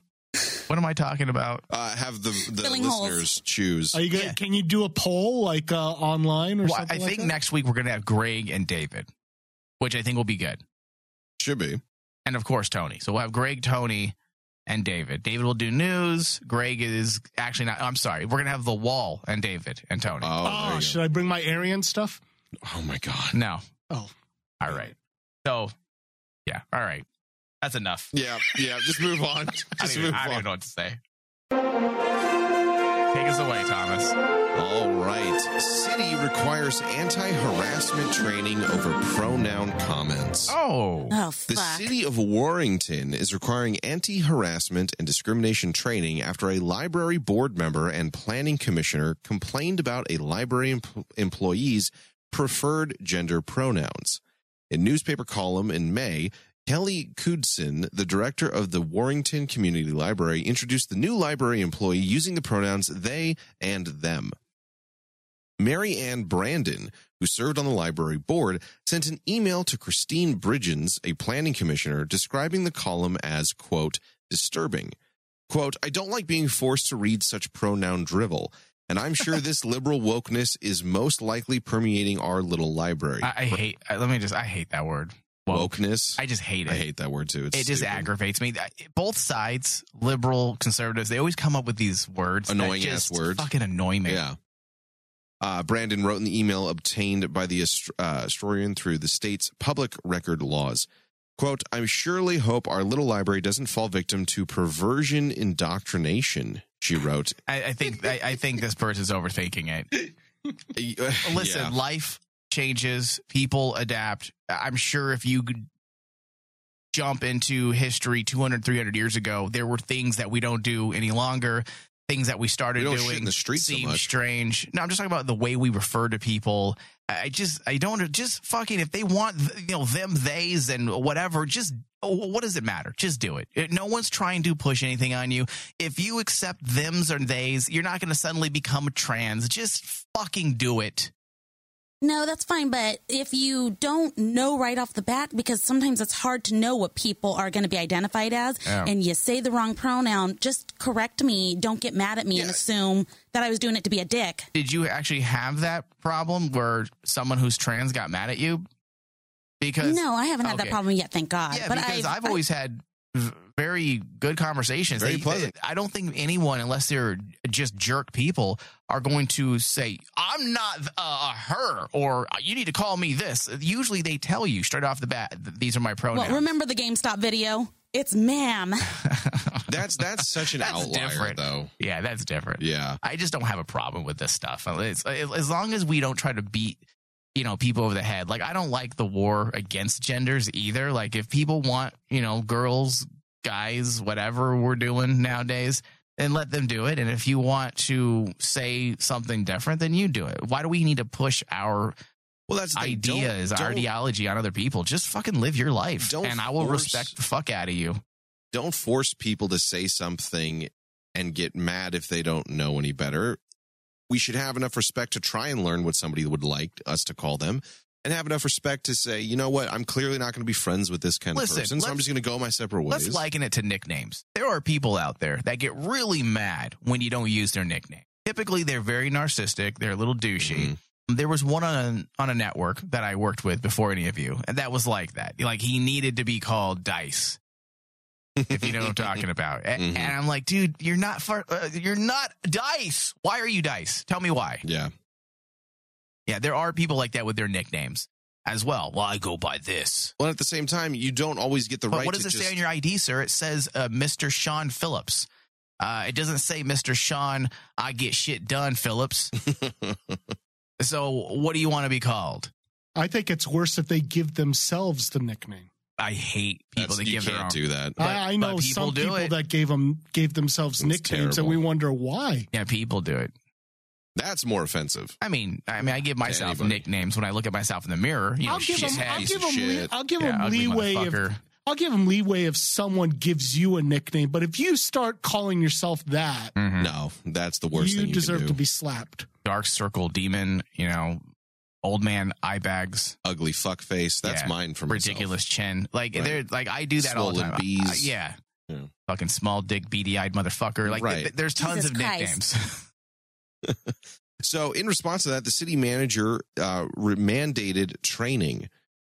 Speaker 3: what am I talking about?
Speaker 5: Uh, have the the
Speaker 7: Filling holes.
Speaker 5: listeners choose.
Speaker 4: are you gonna,
Speaker 3: Yeah.
Speaker 4: can you do a poll like uh, online or
Speaker 3: Well, I
Speaker 4: something?
Speaker 3: think
Speaker 4: like that?
Speaker 3: next week we're going to have Greg and David, which I think will be good.
Speaker 5: Should be.
Speaker 3: And of course, Tony. So we'll have Greg, Tony, and David. David will do news. Greg is actually not. I'm sorry. We're going to have The Wall and David and Tony.
Speaker 5: Oh, there
Speaker 4: Oh,
Speaker 5: you go.
Speaker 4: should I bring my Aryan stuff?
Speaker 5: oh my God.
Speaker 3: no.
Speaker 4: Oh.
Speaker 3: All right. So, yeah. All right. That's enough.
Speaker 5: Yeah, yeah. Just move on. (laughs)
Speaker 3: I
Speaker 5: Just
Speaker 3: don't, even,
Speaker 5: move
Speaker 3: I don't even
Speaker 5: on.
Speaker 3: know what to say. Take us away, Thomas.
Speaker 5: All right. City requires anti-harassment training over pronoun comments.
Speaker 3: Oh.
Speaker 7: Oh,
Speaker 5: The
Speaker 7: fuck.
Speaker 5: city of Warrington is requiring anti harassment and discrimination training after a library board member and planning commissioner complained about a library em- employee's preferred gender pronouns. In newspaper column in May, Kelly Kudson, the director of the Warrington Community Library, introduced the new library employee using the pronouns they and them. Mary Ann Brandon, who served on the library board, sent an email to Christine Bridgens, a planning commissioner, describing the column as, quote, disturbing. Quote, I don't like being forced to read such pronoun drivel, and I'm
Speaker 3: (laughs)
Speaker 5: sure this liberal wokeness is most likely permeating our little library.
Speaker 3: I, I hate. I, let me just. I hate that word. Woke.
Speaker 5: wokeness. I,
Speaker 3: I just hate it.
Speaker 5: hate that word too. It's
Speaker 3: it just
Speaker 5: stupid.
Speaker 3: aggravates me. I- Both sides, liberal, conservatives, they always come up with these words, that
Speaker 5: Annoying
Speaker 3: just
Speaker 5: ass words.
Speaker 3: fucking annoy me.
Speaker 5: Yeah. Uh, Brandon wrote in the email obtained by the hist- uh, historian through the state's public record laws. Quote, I surely hope our little library doesn't fall victim to perversion indoctrination, she wrote. (laughs)
Speaker 3: I, I think I, I think this person's overthinking it. (laughs) Listen,
Speaker 5: Yeah.
Speaker 3: life changes, people adapt. I'm sure if you could jump into history 200, 300 years ago, there were things that we don't do any longer. Things that we started
Speaker 5: We don't shit
Speaker 3: doing
Speaker 5: in the streets so
Speaker 3: seem
Speaker 5: much.
Speaker 3: strange. No, I'm just talking about the way we refer to people. I I just, I don't, just fucking, if they want, you know, them, theys, and whatever, just, oh, what does it matter? Just do it. It- No one's trying to push anything on you. If you accept thems or theys, you're not going to suddenly become trans. Just fucking do it.
Speaker 7: No, that's fine. But if you don't know right off the bat, because sometimes it's hard to know what people are going to be identified as,
Speaker 3: Yeah.
Speaker 7: and you say the wrong pronoun, just correct me. Don't get mad at me and assume that I was doing it to be a dick.
Speaker 3: Did you actually have that problem where someone who's trans got mad at you? Because
Speaker 7: No, I haven't had that
Speaker 3: Okay.
Speaker 7: problem yet, thank God.
Speaker 3: Yeah, because I've, always had v- very good conversations.
Speaker 5: Very pleasant.
Speaker 3: I don't think anyone, unless they're just jerk people, are going to say, "I'm not uh, a her," or "Uh, "You need to call me this." Usually, they tell you straight off the bat, th- "These are my pronouns."
Speaker 7: Well, remember the GameStop video? It's
Speaker 3: (laughs)
Speaker 7: ma'am.
Speaker 5: That's that's such an
Speaker 3: That's
Speaker 5: outlier
Speaker 3: different.
Speaker 5: though.
Speaker 3: yeah, that's different.
Speaker 5: Yeah.
Speaker 3: I just don't have a problem with this stuff. It's, as long as we don't try to beat, you know, people over the head. Like I don't like the war against genders either. Like if people want, you know, girls, guys, whatever we're doing nowadays, then let them do it. And if you want to say something different, then you do it. Why do we need to push our
Speaker 5: Well, that's the thing. Don't-
Speaker 3: ideas, our
Speaker 5: don't-
Speaker 3: ideology on other people? Just fucking live your life,
Speaker 5: Don't
Speaker 3: and I will
Speaker 5: force-
Speaker 3: respect the fuck out of you.
Speaker 5: don't force people to say something and get mad if they don't know any better. We should have enough respect to try and learn what somebody would like us to call them and have enough respect to say, you know what, I'm clearly not going to be friends with this kind
Speaker 3: Listen,
Speaker 5: of person, so I'm
Speaker 3: let's-
Speaker 5: just going to go my separate ways.
Speaker 3: Let's liken it to nicknames. There are people out there that get really mad when you don't use their nickname. Typically, they're very narcissistic. They're a little douchey. There was one on on a network that I worked with before any of you, and that was like that. Like he needed to be called Dice, if you know what I'm talking about. A-
Speaker 5: Mhm.
Speaker 3: And, I'm like, dude, you're not far, uh, you're not Dice. Why are you Dice? Tell me why.
Speaker 5: yeah.
Speaker 3: Yeah, there are people like that with their nicknames as well. Well, I go by this.
Speaker 5: Well, at the same time, you don't always get the
Speaker 3: But
Speaker 5: right
Speaker 3: what does
Speaker 5: to
Speaker 3: it
Speaker 5: just,
Speaker 3: say on your ID, sir? It says uh, Mr. Sean Phillips. Uh, it doesn't say Mr. Sean, I get shit done, Phillips.
Speaker 5: (laughs)
Speaker 3: so what do you want to be called?
Speaker 4: I think it's worse if they give themselves the nickname.
Speaker 3: I hate people
Speaker 5: that's-
Speaker 3: that
Speaker 5: you
Speaker 3: give their own.
Speaker 5: can't do that.
Speaker 4: I, I know
Speaker 3: but people
Speaker 4: some
Speaker 3: do
Speaker 4: people
Speaker 3: it.
Speaker 4: that gave them gave themselves
Speaker 5: It's
Speaker 4: nicknames,
Speaker 5: terrible.
Speaker 4: and we wonder why.
Speaker 3: yeah, people do it.
Speaker 5: That's more offensive.
Speaker 3: I mean, I mean, I give myself
Speaker 5: anybody.
Speaker 3: nicknames when I look at myself in the mirror. You know,
Speaker 4: I'll give
Speaker 3: shit
Speaker 4: them.
Speaker 3: head,
Speaker 4: I'll
Speaker 5: piece
Speaker 4: give
Speaker 5: of
Speaker 4: them. Le-
Speaker 5: shit.
Speaker 4: I'll give
Speaker 3: yeah,
Speaker 4: them
Speaker 3: ugly
Speaker 4: leeway if
Speaker 3: motherfucker.
Speaker 4: I'll give them leeway if someone gives you a nickname. But if you start calling yourself that,
Speaker 3: Mhm.
Speaker 5: No, that's the worst
Speaker 4: you
Speaker 5: thing you
Speaker 4: deserve
Speaker 5: can do.
Speaker 4: to be slapped.
Speaker 3: Dark circle demon, you know, old man eye bags.
Speaker 5: Ugly fuck face. That's
Speaker 3: Yeah.
Speaker 5: mine for myself.
Speaker 3: ridiculous chin. Like
Speaker 5: Right.
Speaker 3: they're like I do that all the
Speaker 5: Swollen
Speaker 3: time.
Speaker 5: bees.
Speaker 3: I- yeah.
Speaker 5: Yeah.
Speaker 3: Fucking small dick, beady eyed motherfucker. Like
Speaker 5: Right.
Speaker 3: th- there's tons
Speaker 7: Jesus
Speaker 3: of
Speaker 7: Christ.
Speaker 5: (laughs)
Speaker 3: nicknames.
Speaker 5: So, in response to that, the city manager uh, re- mandated training.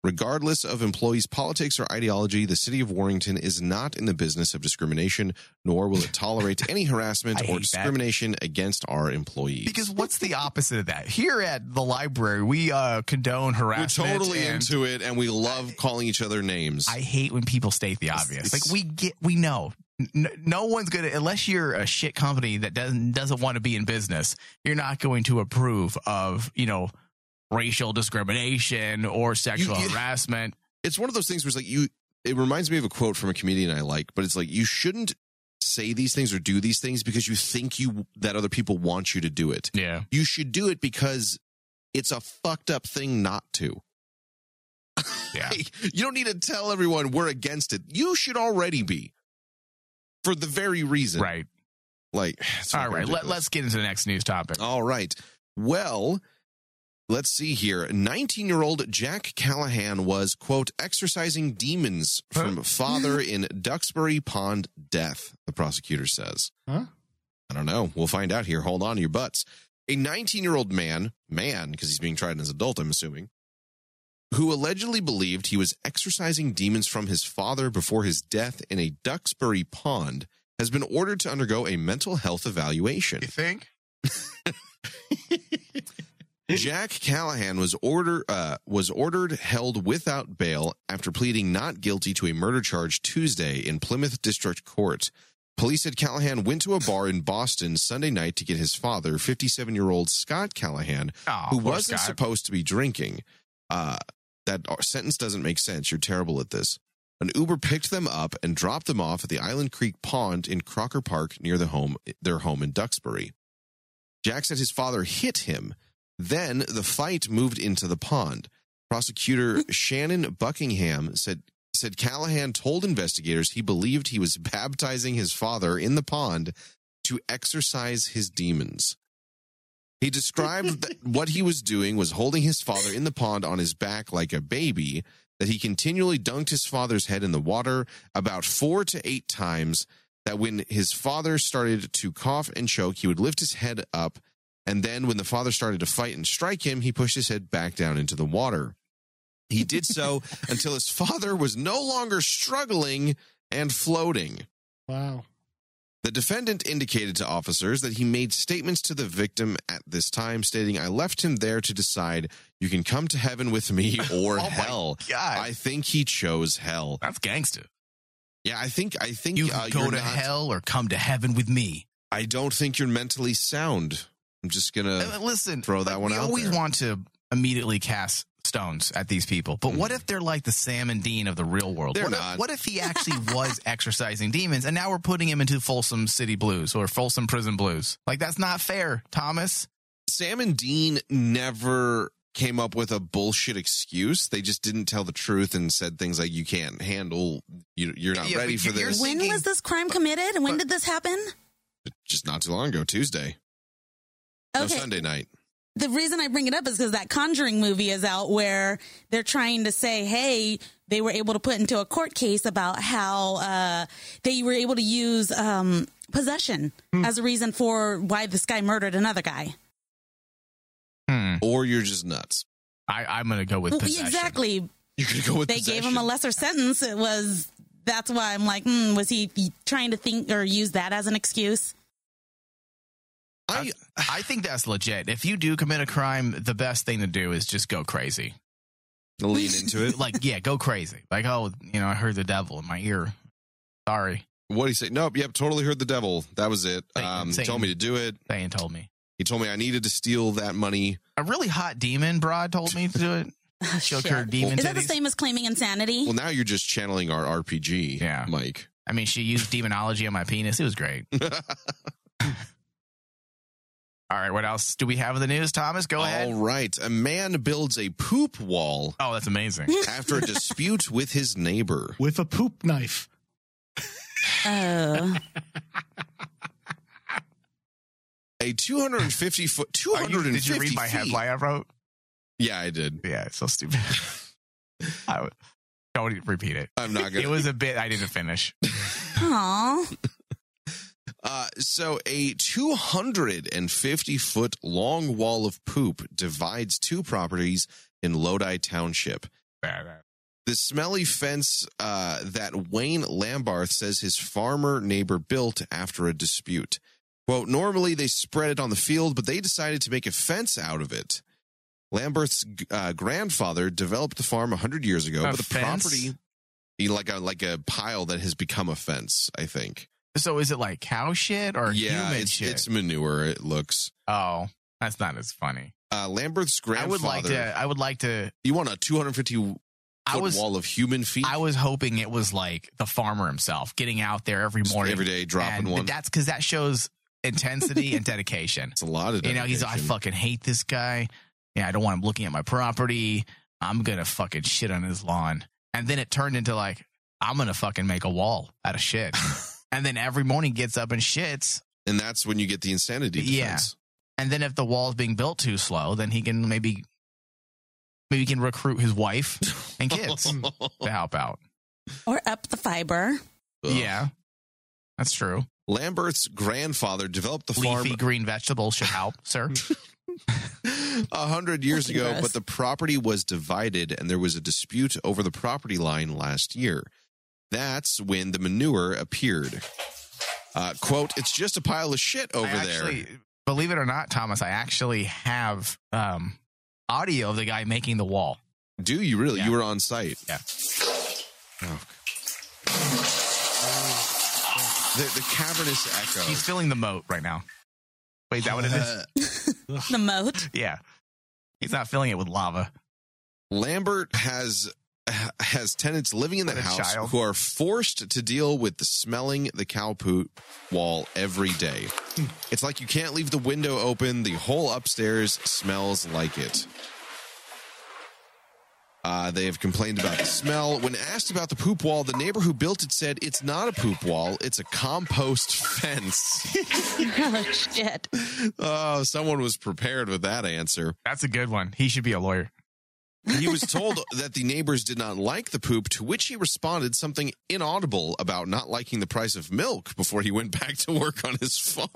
Speaker 5: Regardless of employees' politics or ideology, the city of Warrington is not in the business of discrimination, nor will it tolerate any harassment
Speaker 3: (laughs) I hate
Speaker 5: or
Speaker 3: that.
Speaker 5: discrimination against our employees.
Speaker 3: because what's the opposite of that? Here at the library, we uh, condone
Speaker 5: we're
Speaker 3: harassment.
Speaker 5: totally
Speaker 3: and
Speaker 5: into it, and we love calling each other names.
Speaker 3: I hate when people state the obvious. Like we get, we know. No, no one's gonna unless you're a shit company that doesn't doesn't want to be in business. You're not going to approve of you know racial discrimination or sexual
Speaker 5: you- (laughs)
Speaker 3: harassment.
Speaker 5: it's one of those things where it's like you. It reminds me of a quote from a comedian I like, but it's like you shouldn't say these things or do these things because you think you that other people want you to do it.
Speaker 3: Yeah,
Speaker 5: you should do it because it's a fucked up thing not to. (laughs)
Speaker 3: yeah.
Speaker 5: You don't need to tell everyone we're against it. You should already be for the very reason.
Speaker 3: Right.
Speaker 5: Like, (sighs) it's
Speaker 3: All right.
Speaker 5: fucking
Speaker 3: Let,
Speaker 5: ridiculous.
Speaker 3: let's get into the next news topic.
Speaker 5: All right. Well, let's see here. 19 year old Jack Callahan was, quote, exercising demons from father in Duxbury Pond death, the prosecutor says.
Speaker 4: Huh?
Speaker 5: I don't know. We'll find out here. Hold on to your butts. A 19 year old man, man, because he's being tried as an adult, I'm assuming, who allegedly believed he was exorcising demons from his father before his death in a Duxbury pond, has been ordered to undergo a mental health evaluation.
Speaker 3: think?
Speaker 5: Jack Callahan was order uh, was ordered held without bail after pleading not guilty to a murder charge Tuesday in Plymouth District Court. Police said Callahan went to a bar in Boston Sunday night to get his father, 57 year old Scott Callahan,
Speaker 3: Aw,
Speaker 5: who
Speaker 3: poor
Speaker 5: wasn't
Speaker 3: Scott.
Speaker 5: supposed to be drinking. Uh, that sentence doesn't make sense. You're terrible at this. An Uber picked them up and dropped them off at the Island Creek Pond in Crocker Park near the home, their home in Duxbury. Jack said his father hit him. Then the fight moved into the pond. Prosecutor Shannon Buckingham said said Callahan told investigators he believed he was baptizing his father in the pond to exorcise his demons. He described that what he was doing was holding his father in the pond on his back like a baby, that he continually dunked his father's head in the water about four to eight times, that when his father started to cough and choke, he would lift his head up, and then when the father started to fight and strike him, he pushed his head back down into the water. He did so until his father was no longer struggling and floating.
Speaker 4: Wow.
Speaker 5: The defendant indicated to officers that he made statements to the victim at this time, stating, I left him there to decide you can come to heaven with
Speaker 3: (laughs)
Speaker 5: me or
Speaker 3: Oh my
Speaker 5: hell.
Speaker 3: God.
Speaker 5: I think he chose hell.
Speaker 3: That's gangster.
Speaker 5: Yeah, I think, I think
Speaker 3: You can
Speaker 5: uh,
Speaker 3: go
Speaker 5: you're
Speaker 3: to
Speaker 5: not-
Speaker 3: hell or come to heaven with me.
Speaker 5: I don't think you're mentally sound. I'm just going
Speaker 3: Uh,
Speaker 5: to
Speaker 3: Listen,
Speaker 5: throw that
Speaker 3: like,
Speaker 5: one
Speaker 3: we
Speaker 5: out
Speaker 3: always
Speaker 5: there.
Speaker 3: want to immediately cast stones at these people, but what if they're like the Sam and Dean of the real world?
Speaker 5: Mm-hmm. They're
Speaker 3: what,
Speaker 5: not.
Speaker 3: If, what
Speaker 5: (laughs)
Speaker 3: if he actually was exercising demons, and now we're putting him into Folsom City Blues or Folsom Prison Blues? Like that's not fair, Thomas.
Speaker 5: Sam and Dean never came up with a bullshit excuse. They just didn't tell the truth and said things like, you can't handle, you, you're not
Speaker 3: Yeah,
Speaker 5: ready
Speaker 3: but
Speaker 5: for
Speaker 3: you're-
Speaker 5: this.
Speaker 7: When
Speaker 3: Thinking-
Speaker 7: was this crime committed? When did this happen?
Speaker 5: just not too long ago, Tuesday. No,
Speaker 7: Okay.
Speaker 5: Sunday night.
Speaker 7: the reason I bring it up is because that Conjuring movie is out where they're trying to say, hey, they were able to put into a court case about how uh, they were able to use um, possession as a reason for why this guy murdered another guy.
Speaker 3: Hmm.
Speaker 5: Or you're just nuts. (laughs)
Speaker 3: I, I'm gonna go with
Speaker 7: Well,
Speaker 3: possession.
Speaker 7: exactly.
Speaker 5: You're going to go with
Speaker 7: They gave him a
Speaker 5: possession.
Speaker 7: lesser sentence. It was that's why I'm like, hmm, was he trying to think or use that as an excuse?
Speaker 5: I,
Speaker 3: I think that's legit. If you do commit a crime, the best thing to do is just go crazy.
Speaker 5: lean into
Speaker 7: (laughs)
Speaker 5: it.
Speaker 3: Like, yeah, go crazy. Like, oh, you know, I heard the devil in my ear. Sorry,
Speaker 5: What do you say? Nope. Yep. Totally heard the devil. That was it.
Speaker 3: Satan,
Speaker 5: Um,
Speaker 3: Satan.
Speaker 5: told me to do it.
Speaker 3: Satan told me.
Speaker 5: He told me I needed to steal that money.
Speaker 3: A really hot demon broad told me to do it.
Speaker 7: Oh, (sighs)
Speaker 3: Shook
Speaker 7: shit.
Speaker 3: her demon
Speaker 7: Is that the
Speaker 3: titties.
Speaker 7: same as claiming insanity?
Speaker 5: Well, now you're just channeling our RPG,
Speaker 3: Yeah.
Speaker 5: Mike.
Speaker 3: I mean, she used demonology on my penis. It was
Speaker 5: (laughs)
Speaker 3: great. All right, what else do we have in the news, Thomas? Go
Speaker 5: All
Speaker 3: ahead.
Speaker 5: right. A man builds a poop wall
Speaker 3: Oh, that's amazing.
Speaker 7: (laughs)
Speaker 5: after a dispute with his neighbor.
Speaker 4: With a poop knife.
Speaker 3: (laughs)
Speaker 7: oh.
Speaker 5: A 250 foot.
Speaker 3: Are
Speaker 5: 250
Speaker 3: you, did you read my
Speaker 5: feet.
Speaker 3: headline I wrote?
Speaker 5: Yeah, I did.
Speaker 3: Yeah, it's so
Speaker 5: (laughs)
Speaker 3: stupid. I w- don't repeat it.
Speaker 5: I'm not going
Speaker 3: It
Speaker 5: to
Speaker 3: was a bit I didn't
Speaker 5: (laughs)
Speaker 3: finish.
Speaker 7: Aw.
Speaker 5: Uh, so a 250 foot long wall of poop divides two properties in Lodi Township. The smelly fence uh, that Wayne Lambarth says his farmer neighbor built after a dispute. Quote, normally they spread it on the field, but they decided to make a fence out of it. Lambert's uh, grandfather developed the farm 100 years ago,
Speaker 3: A
Speaker 5: but the
Speaker 3: fence?
Speaker 5: property, like a like a pile that has become a fence, I think.
Speaker 3: So is it like cow shit or human
Speaker 5: it's,
Speaker 3: shit?
Speaker 5: it's manure. It looks.
Speaker 3: oh, that's not as funny.
Speaker 5: Uh, Lambert's
Speaker 3: I
Speaker 5: grandfather.
Speaker 3: would like to. I would like to.
Speaker 5: You want a 250 foot
Speaker 3: I was.
Speaker 5: wall of human feet?
Speaker 3: I was hoping it was like the farmer himself getting out there every
Speaker 5: Just
Speaker 3: morning,
Speaker 5: every day dropping
Speaker 3: and
Speaker 5: one.
Speaker 3: That's because that shows intensity and
Speaker 5: (laughs)
Speaker 3: dedication.
Speaker 5: It's a lot of.
Speaker 3: You know, he's I
Speaker 5: dedication.
Speaker 3: fucking hate this guy. Yeah, I don't want him looking at my property. I'm gonna fucking shit on his lawn. And then it turned into like I'm gonna fucking make a wall out of
Speaker 5: (laughs)
Speaker 3: shit. and then every morning gets up and shits.
Speaker 5: and that's when you get the insanity.
Speaker 3: Yeah.
Speaker 5: Defense.
Speaker 3: And then if the wall's being built too slow, then he can maybe maybe he can recruit his wife and
Speaker 5: (laughs)
Speaker 3: kids (laughs) to help out.
Speaker 7: or up the fiber.
Speaker 5: Ugh.
Speaker 3: Yeah. That's true.
Speaker 5: Lambert's grandfather developed the farm
Speaker 3: Leafy green vegetables should help, sir.
Speaker 5: (laughs) a hundred years
Speaker 7: Fucking
Speaker 5: ago,
Speaker 7: gross.
Speaker 5: but the property was divided and there was a dispute over the property line last year. That's when the manure appeared. Uh, quote, it's just a pile of shit over
Speaker 3: I
Speaker 5: there.
Speaker 3: actually, Believe it or not, Thomas, I actually have um, audio of the guy making the wall.
Speaker 5: Do you really?
Speaker 3: Yeah.
Speaker 5: You were Oh, on site.
Speaker 3: Yeah.
Speaker 5: Oh. The, the cavernous echo.
Speaker 3: He's filling the moat right now. Wait, is that what it
Speaker 5: Uh.
Speaker 3: is?
Speaker 7: the moat.
Speaker 3: (laughs)
Speaker 7: (laughs)
Speaker 3: Yeah. He's not filling it with lava.
Speaker 5: Lambert has has tenants living in the
Speaker 3: What a
Speaker 5: house
Speaker 3: child.
Speaker 5: who are forced to deal with the smelling the cow poop wall every day.
Speaker 3: Hmm.
Speaker 5: It's like you can't leave the window open. The whole upstairs smells like it. Uh, they have complained about the smell. When asked about the poop wall, the neighbor who built it said it's not a poop wall; it's a compost (laughs)
Speaker 3: (laughs)
Speaker 5: fence.
Speaker 7: oh shit.
Speaker 5: oh, someone was prepared with that answer.
Speaker 3: That's a good one. He should be a lawyer.
Speaker 5: He was told that the neighbors did not like the poop, to which he responded something inaudible about not liking the price of milk before he went back to work on his farm.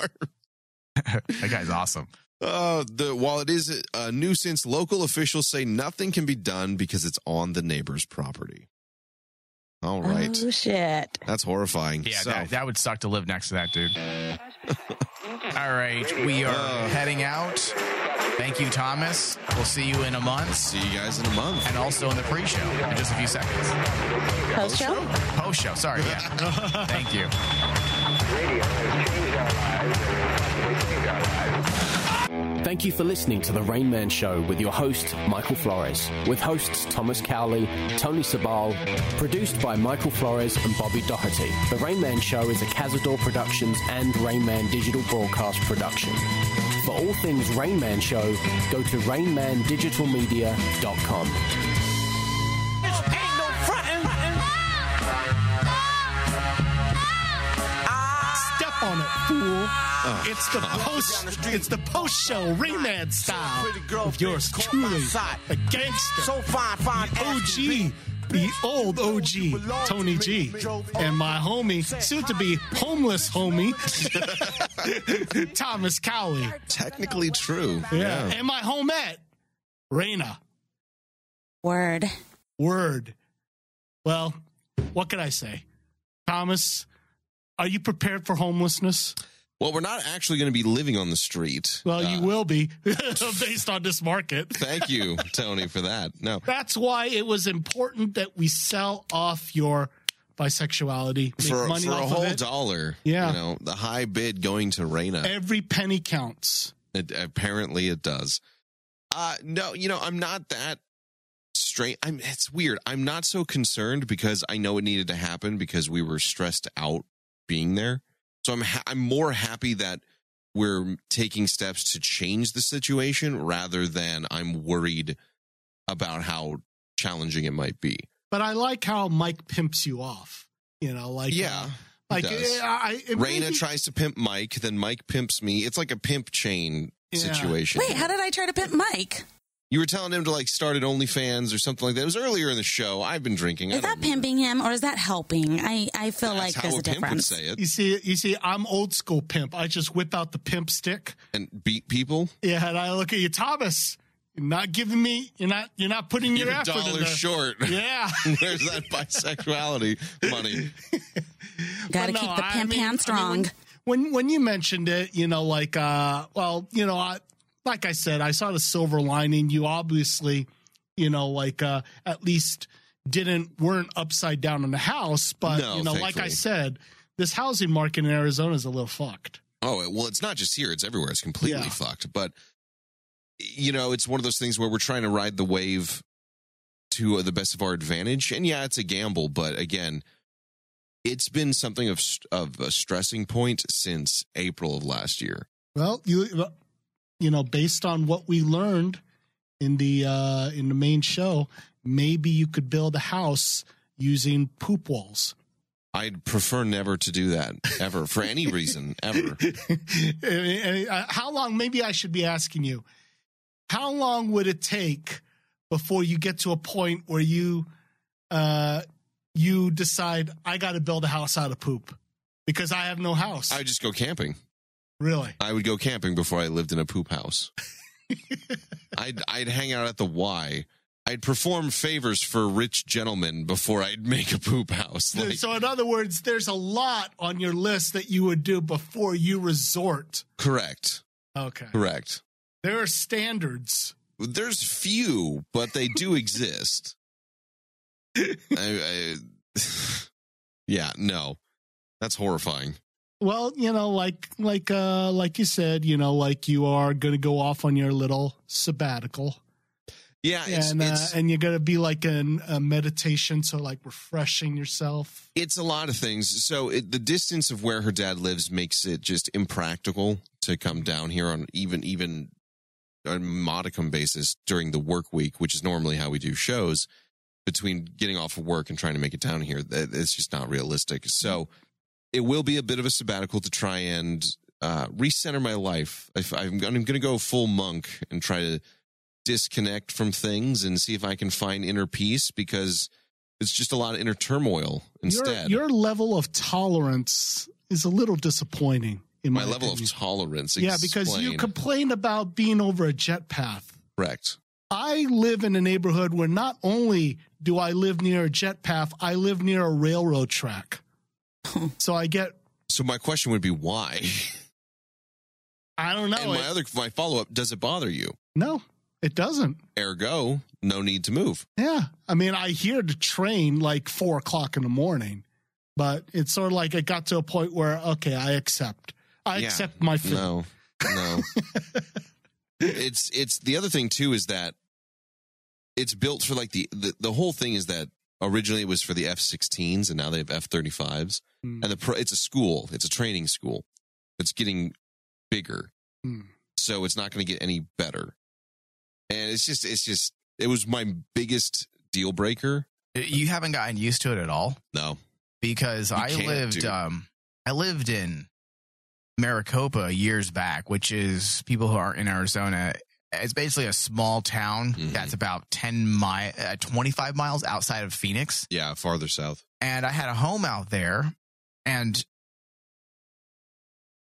Speaker 3: That guy's
Speaker 5: (laughs)
Speaker 3: awesome.
Speaker 5: Uh, the, while it is a nuisance, local officials say nothing can be done because it's on the neighbor's property. All right.
Speaker 7: Oh shit.
Speaker 5: That's horrifying.
Speaker 3: Yeah,
Speaker 5: So-
Speaker 3: that, that would suck to live next to that dude. All right, we are
Speaker 5: Oh.
Speaker 3: heading out. Thank you, Thomas. We'll see you in a month
Speaker 5: see you guys in a month.
Speaker 3: and also in the pre show in just a few seconds.
Speaker 7: Post show.
Speaker 3: Post show, sorry.
Speaker 5: (laughs)
Speaker 3: Yeah. Thank you.
Speaker 1: Thank you for listening to The Rain Man Show with your host, Michael Flores, with hosts Thomas Cowley, Tony Sabal, produced by Michael Flores and Bobby Doherty. The Rain Man Show is a Cazador Productions and Rain Man Digital Broadcast production. For all things Rain Man Show, go to rainmandigitalmedia.com.
Speaker 2: Ain't no frontin'.
Speaker 4: Step on it, fool. it's the post. It's the post show Rayman style.
Speaker 2: Pretty girl,
Speaker 4: Of yours
Speaker 2: bitch, caught
Speaker 4: truly,
Speaker 2: my side.
Speaker 4: a gangster.
Speaker 2: So fine, fine.
Speaker 4: OG, the old OG, Tony G, and my homie, soon to be homeless homie, (laughs) Thomas Cowley.
Speaker 5: Technically true.
Speaker 4: Yeah. And my homette, Raina.
Speaker 7: Word.
Speaker 4: Word. Well, what could I say? Thomas, are you prepared for homelessness?
Speaker 5: Well, we're not actually going to be living on the street.
Speaker 4: Well,
Speaker 5: Uh,
Speaker 4: you will be (laughs) based on this market.
Speaker 5: Thank you, Tony, for that. No.
Speaker 4: That's why it was important that we sell off your bisexuality, make
Speaker 5: For,
Speaker 4: money
Speaker 5: for a
Speaker 4: off
Speaker 5: whole
Speaker 4: of it.
Speaker 5: dollar,
Speaker 4: Yeah.
Speaker 5: you know, the high bid going to Reina.
Speaker 4: Every penny counts.
Speaker 5: It, apparently, it does. Uh no, you know, I'm not that straight. I'm. It's weird. I'm not so concerned because I know it needed to happen because we were stressed out being there. So I'm. Ha- I'm more happy that we're taking steps to change the situation rather than I'm worried about how challenging it might be.
Speaker 4: But I like how Mike pimps you off. You know, like
Speaker 5: yeah.
Speaker 4: like
Speaker 5: it does.
Speaker 4: eh, I, it made
Speaker 5: Raina
Speaker 4: me-
Speaker 5: tries to pimp Mike, then Mike pimps me. It's like a pimp chain
Speaker 4: Yeah.
Speaker 5: situation.
Speaker 7: Wait, how did I try to pimp Mike?
Speaker 5: You were telling him to like start at OnlyFans or something like that. It was earlier in the show. I've been drinking. I
Speaker 7: Is that
Speaker 5: don't remember.
Speaker 7: pimping him or is that helping? I, I feel
Speaker 5: That's
Speaker 7: like
Speaker 5: how
Speaker 7: there's a,
Speaker 5: pimp would
Speaker 7: difference.
Speaker 5: say
Speaker 4: You
Speaker 5: it
Speaker 4: see, you see, I'm old school pimp. I just whip out the pimp stick.
Speaker 5: and beat people.
Speaker 4: Yeah, and I look at you, Thomas. You're not giving me. You're not. You're not putting
Speaker 5: You're
Speaker 4: your
Speaker 5: a
Speaker 4: effort in
Speaker 5: dollar
Speaker 4: there.
Speaker 5: short. (laughs)
Speaker 4: Yeah.
Speaker 5: Where's that bisexuality money?
Speaker 7: Gotta
Speaker 4: But no,
Speaker 7: keep the
Speaker 4: I
Speaker 7: pimp
Speaker 4: mean- I mean,
Speaker 7: hand strong.
Speaker 4: when when you mentioned it, you know, like uh well, you know, I like I said, I saw the silver lining. You obviously, you know, like uh at least didn't weren't upside down in the house, but
Speaker 5: No,
Speaker 4: you know, like I said,
Speaker 5: thankfully.
Speaker 4: this housing market in Arizona is a little fucked.
Speaker 5: Oh well, it's not just here; it's everywhere. It's completely
Speaker 4: Yeah.
Speaker 5: fucked. But you know, it's one of those things where we're trying to ride the wave to uh, the best of our advantage. And yeah, it's a gamble, but again, it's been something of st- of a stressing point since April of last year.
Speaker 4: Well, you uh, you know, based on what we learned in the uh in the main show, maybe you could build a house using poop walls.
Speaker 5: I'd prefer never to do that ever for any reason ever.
Speaker 4: (laughs) Uh, uh, how long maybe i should be asking you how long would it take before you get to a point where you uh you decide i gotta build a house out of poop because i have no house
Speaker 5: I would just go camping.
Speaker 4: really
Speaker 5: I would go camping before I lived in a poop house. (laughs) I'd I'd hang out at the Y. I'd perform favors for rich gentlemen before I'd make a poop house. Like,
Speaker 4: so in other words there's a lot on your list that you would do before you resort
Speaker 5: correct,
Speaker 4: okay
Speaker 5: correct.
Speaker 4: there are standards
Speaker 5: There's few, but they do exist. (sighs) I, I, yeah, no, that's horrifying.
Speaker 4: Well, you know, like like uh like you said, you know, like you are gonna go off on your little sabbatical.
Speaker 5: Yeah, it's
Speaker 4: and uh,
Speaker 5: it's,
Speaker 4: and you're gonna be like in a meditation, so like refreshing yourself.
Speaker 5: it's a lot of things. So it, the distance of where her dad lives makes it just impractical to come down here on even even a modicum basis during the work week, which is normally how we do shows. Between getting off of work and trying to make it down here, that- it's just not realistic. So it will be a bit of a sabbatical to try and uh, recenter my life. If I'm, I'm going to go full monk and try to disconnect from things and see if I can find inner peace because it's just a lot of inner turmoil instead.
Speaker 4: Your, your level of tolerance is a little disappointing in
Speaker 5: my
Speaker 4: my,
Speaker 5: level
Speaker 4: opinion.
Speaker 5: of tolerance.
Speaker 4: yeah, because you
Speaker 5: explain.
Speaker 4: complain about being over a jet path.
Speaker 5: correct.
Speaker 4: I live in a neighborhood where not only do I live near a jet path, I live near a railroad
Speaker 5: (laughs)
Speaker 4: track. so I get,
Speaker 5: So my question would be why?
Speaker 4: I don't know.
Speaker 5: and my
Speaker 4: Oh, it-
Speaker 5: other my follow up does it bother you?
Speaker 4: no, it doesn't.
Speaker 5: Ergo, no need to move.
Speaker 4: Yeah. I mean, I hear the train like four o'clock in the morning, but it's sort of like it got to a point where, okay, I accept. I
Speaker 5: Yeah.
Speaker 4: accept my fate.
Speaker 5: No,
Speaker 4: (laughs)
Speaker 5: no. it's it's the other thing too is that it's built for like the the, the whole thing is that originally it was for the F-16s and now they have F-35s
Speaker 4: Hmm.
Speaker 5: and the pro, it's a school it's a training school it's getting bigger
Speaker 4: Hmm.
Speaker 5: so it's not going to get any better and it's just it's just it was my biggest deal breaker
Speaker 3: You haven't gotten used to it at all
Speaker 5: no
Speaker 3: because
Speaker 5: You
Speaker 3: I
Speaker 5: can't,
Speaker 3: lived
Speaker 5: dude.
Speaker 3: um I lived in Maricopa years back, which is people who aren't in Arizona. It's basically a small town
Speaker 5: Mhm.
Speaker 3: that's about 10 mi- uh, 25 miles outside of Phoenix.
Speaker 5: yeah farther south
Speaker 3: and I had a home out there, and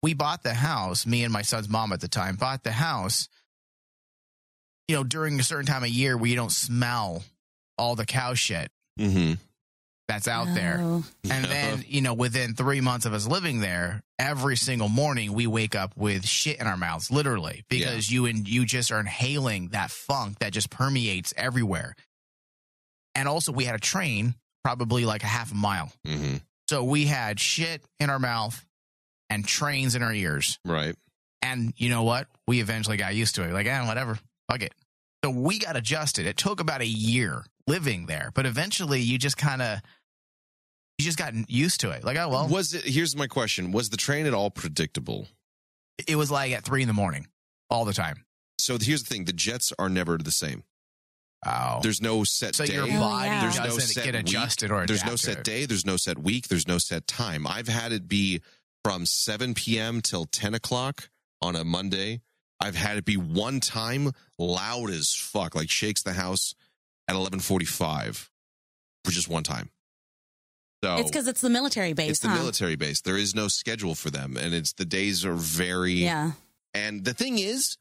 Speaker 3: we bought the house. Me and my son's mom at the time bought the house. You know, during a certain time of year where you don't smell all the cow shit
Speaker 5: mm-hmm
Speaker 3: that's out there.
Speaker 7: Oh.
Speaker 3: And then, you know, within three months of us living there, every single morning we wake up with shit in our mouths, literally, because you and you just are inhaling that funk that just permeates everywhere. And also, we had a train, probably like a half a mile
Speaker 5: mm-hmm
Speaker 3: so we had shit in our mouth and trains in our ears.
Speaker 5: right
Speaker 3: And you know what? We eventually got used to it. Like, eh, whatever. Fuck it. So we got adjusted. It took about a year living there, but eventually you just kind of, you just got used to it. Like, oh, well,
Speaker 5: was it here's my question was the train at all predictable
Speaker 3: it was like at three in the morning all the time.
Speaker 5: so here's the thing the jets are never the same
Speaker 3: Oh.
Speaker 5: there's no set
Speaker 3: so
Speaker 5: day
Speaker 3: your
Speaker 7: Oh,
Speaker 3: body
Speaker 7: yeah.
Speaker 5: there's
Speaker 3: doesn't
Speaker 5: no set
Speaker 3: get
Speaker 5: week.
Speaker 3: adjusted or
Speaker 5: there's
Speaker 3: adapt
Speaker 5: no
Speaker 3: to
Speaker 5: set
Speaker 3: it.
Speaker 5: day there's no set week there's no set time i've had it be from 7 p.m till 10 o'clock on a monday i've had it be one time loud as fuck like shakes the house at 11.45 for just one time so
Speaker 7: It's because it's the military base,
Speaker 5: Oh. it's the
Speaker 7: huh?
Speaker 5: military base there is no schedule for them and it's the days are very
Speaker 7: Yeah.
Speaker 5: and the thing is,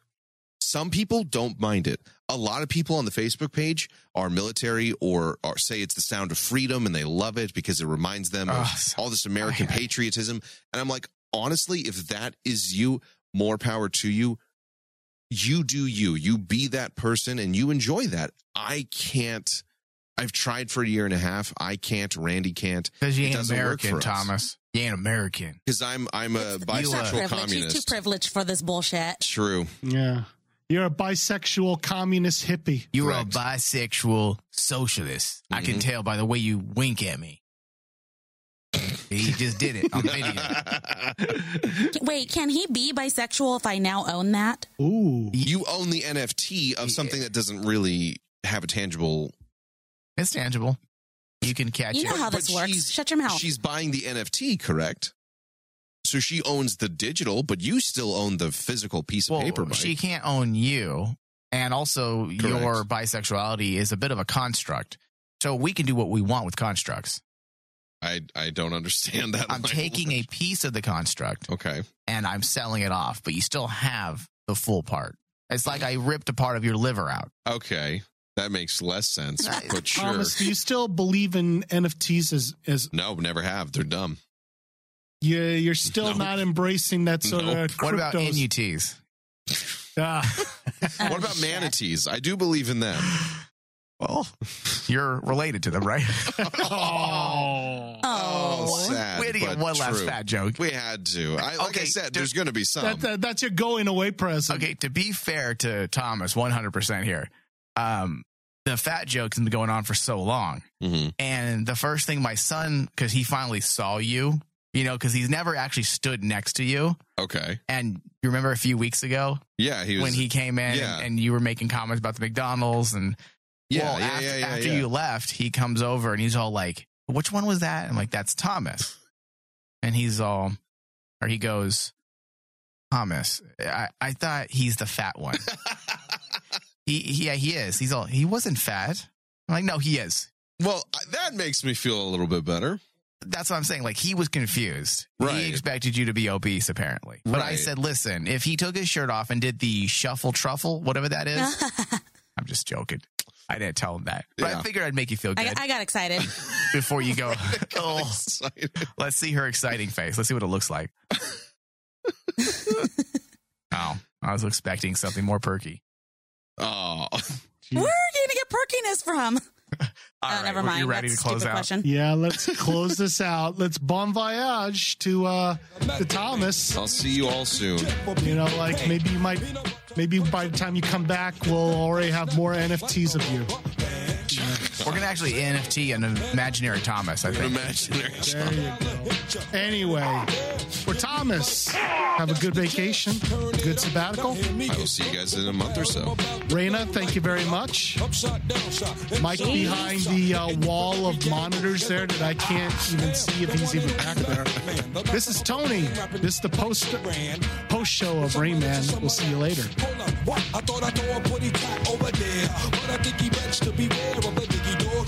Speaker 5: some people don't mind it. A lot of people on the Facebook page are military or, or say it's the sound of freedom and they love it because it reminds them of
Speaker 3: Ugh, so-
Speaker 5: all this American
Speaker 3: I- I-
Speaker 5: patriotism. And I'm like, honestly, if that is you, more power to you. You do you. You be that person and you enjoy that. I can't. I've tried for a year and a half. I can't. Randy can't.
Speaker 3: Because you
Speaker 5: It
Speaker 3: ain't
Speaker 5: doesn't work for
Speaker 3: American,
Speaker 5: us.
Speaker 3: Thomas. You ain't American.
Speaker 5: Because I'm I'm a bisexual
Speaker 7: Privileged. He's too
Speaker 5: communist.
Speaker 7: privileged for this bullshit.
Speaker 5: True.
Speaker 4: Yeah. You're a bisexual communist hippie.
Speaker 3: You're
Speaker 5: Correct.
Speaker 3: a bisexual socialist. I can
Speaker 5: Mhm.
Speaker 3: tell by the way you wink at me. he just did it on
Speaker 5: (laughs)
Speaker 3: video.
Speaker 7: Wait, can he be bisexual if I now own that?
Speaker 4: Ooh.
Speaker 5: you own the NFT of something that doesn't really have a tangible.
Speaker 3: It's tangible. You can catch
Speaker 7: You know
Speaker 3: it.
Speaker 7: how
Speaker 5: But
Speaker 7: this works.
Speaker 5: she's-
Speaker 7: Shut your mouth.
Speaker 5: She's buying the NFT, correct? So she owns the digital, but you still own the physical piece of
Speaker 3: Well,
Speaker 5: paper. Mike.
Speaker 3: she can't own you, and also your bisexuality is a bit of a construct. So we can do what we want with constructs.
Speaker 5: I I don't understand that.
Speaker 3: I'm
Speaker 5: (laughs) line.
Speaker 3: taking a piece of the construct
Speaker 5: okay.
Speaker 3: and I'm selling it off, but you still have the full part. It's like
Speaker 5: Mm.
Speaker 3: I ripped a part of your liver out.
Speaker 5: Okay, that makes less
Speaker 7: (laughs)
Speaker 5: sense. But sure,
Speaker 4: Thomas, do you still believe in NFTs as, as
Speaker 5: no, never have. They're dumb.
Speaker 4: you, you're still
Speaker 5: Nope.
Speaker 4: not embracing that sort
Speaker 5: Nope.
Speaker 4: of
Speaker 3: What about
Speaker 4: cryptos?
Speaker 3: NUTs?
Speaker 4: Ah.
Speaker 7: Oh,
Speaker 5: what about
Speaker 7: shit.
Speaker 5: manatees? I do believe in them.
Speaker 3: Well, You're related to them,
Speaker 5: (laughs)
Speaker 3: right?
Speaker 4: Oh.
Speaker 5: Oh, sad.
Speaker 3: We had to get
Speaker 5: but
Speaker 3: one last
Speaker 5: true.
Speaker 3: fat joke.
Speaker 5: We had to. I, like I
Speaker 3: Okay,
Speaker 5: said,
Speaker 3: there-
Speaker 5: there's going to be
Speaker 4: (laughs)
Speaker 5: some.
Speaker 4: That, that- that's your going away present.
Speaker 3: Okay, to be fair to Thomas, 100% here, um, the fat joke's been going on for so long.
Speaker 5: Mhm.
Speaker 3: And the first thing my son, because he finally saw you, you know, because he's never actually stood next to you.
Speaker 5: Okay.
Speaker 3: And you remember a few weeks ago
Speaker 5: Yeah, he was.
Speaker 3: when he came in
Speaker 5: yeah.
Speaker 3: and, and you were making comments about the McDonald's and
Speaker 5: yeah,
Speaker 3: well,
Speaker 5: yeah,
Speaker 3: after,
Speaker 5: yeah, yeah,
Speaker 3: after
Speaker 5: yeah.
Speaker 3: you left, he comes over and he's all like, "Which one was that?" I'm like, "That's Thomas," and he's all, or he goes, "Thomas, I, I thought he's the fat
Speaker 5: (laughs)
Speaker 3: one." he, he- yeah, he is. He's all, he wasn't fat. I'm like, no, he is.
Speaker 5: Well, that makes me feel a little bit better. (laughs)
Speaker 3: That's what I'm saying. Like he was confused.
Speaker 5: Right.
Speaker 3: He expected you to be obese, apparently. But I
Speaker 5: Right.
Speaker 3: said, listen, if he took his shirt off and did the shuffle truffle, whatever that is,
Speaker 5: (laughs)
Speaker 3: I'm just joking. I didn't tell him that. But
Speaker 5: Yeah.
Speaker 3: I figured I'd make you feel good.
Speaker 7: I, I
Speaker 5: (laughs)
Speaker 7: got excited.
Speaker 3: before you go. (laughs) oh,
Speaker 5: Excited.
Speaker 3: let's see her exciting face. Let's see what it looks (laughs) like. oh, I was expecting something more perky.
Speaker 5: Oh,
Speaker 7: Where are you gonna get perkiness from?
Speaker 3: All
Speaker 7: oh,
Speaker 3: right,
Speaker 7: never
Speaker 3: were
Speaker 7: mind.
Speaker 3: You ready to
Speaker 7: That's a
Speaker 3: close
Speaker 7: stupid
Speaker 3: out?
Speaker 7: Question.
Speaker 4: Yeah, let's close this out. Let's bon voyage to uh to Thomas.
Speaker 5: I'll see you all soon.
Speaker 4: You know, like maybe you might, maybe by the time you come back, we'll already have more NFTs of you.
Speaker 3: We're gonna actually NFT an imaginary Thomas. I think.
Speaker 5: Imaginary.
Speaker 4: There you go. Anyway, for Thomas, have a good vacation, good sabbatical.
Speaker 5: I will see you guys in a month or so.
Speaker 4: Raina, thank you very much. Mike behind the uh, wall of monitors there that I can't even see if he's even back there. This is Tony. This is the post post show of Rain Man. We'll see you later.
Speaker 2: Hold up, what? I thought I know a pretty cat over there, but I think he best to beware of a diggy dog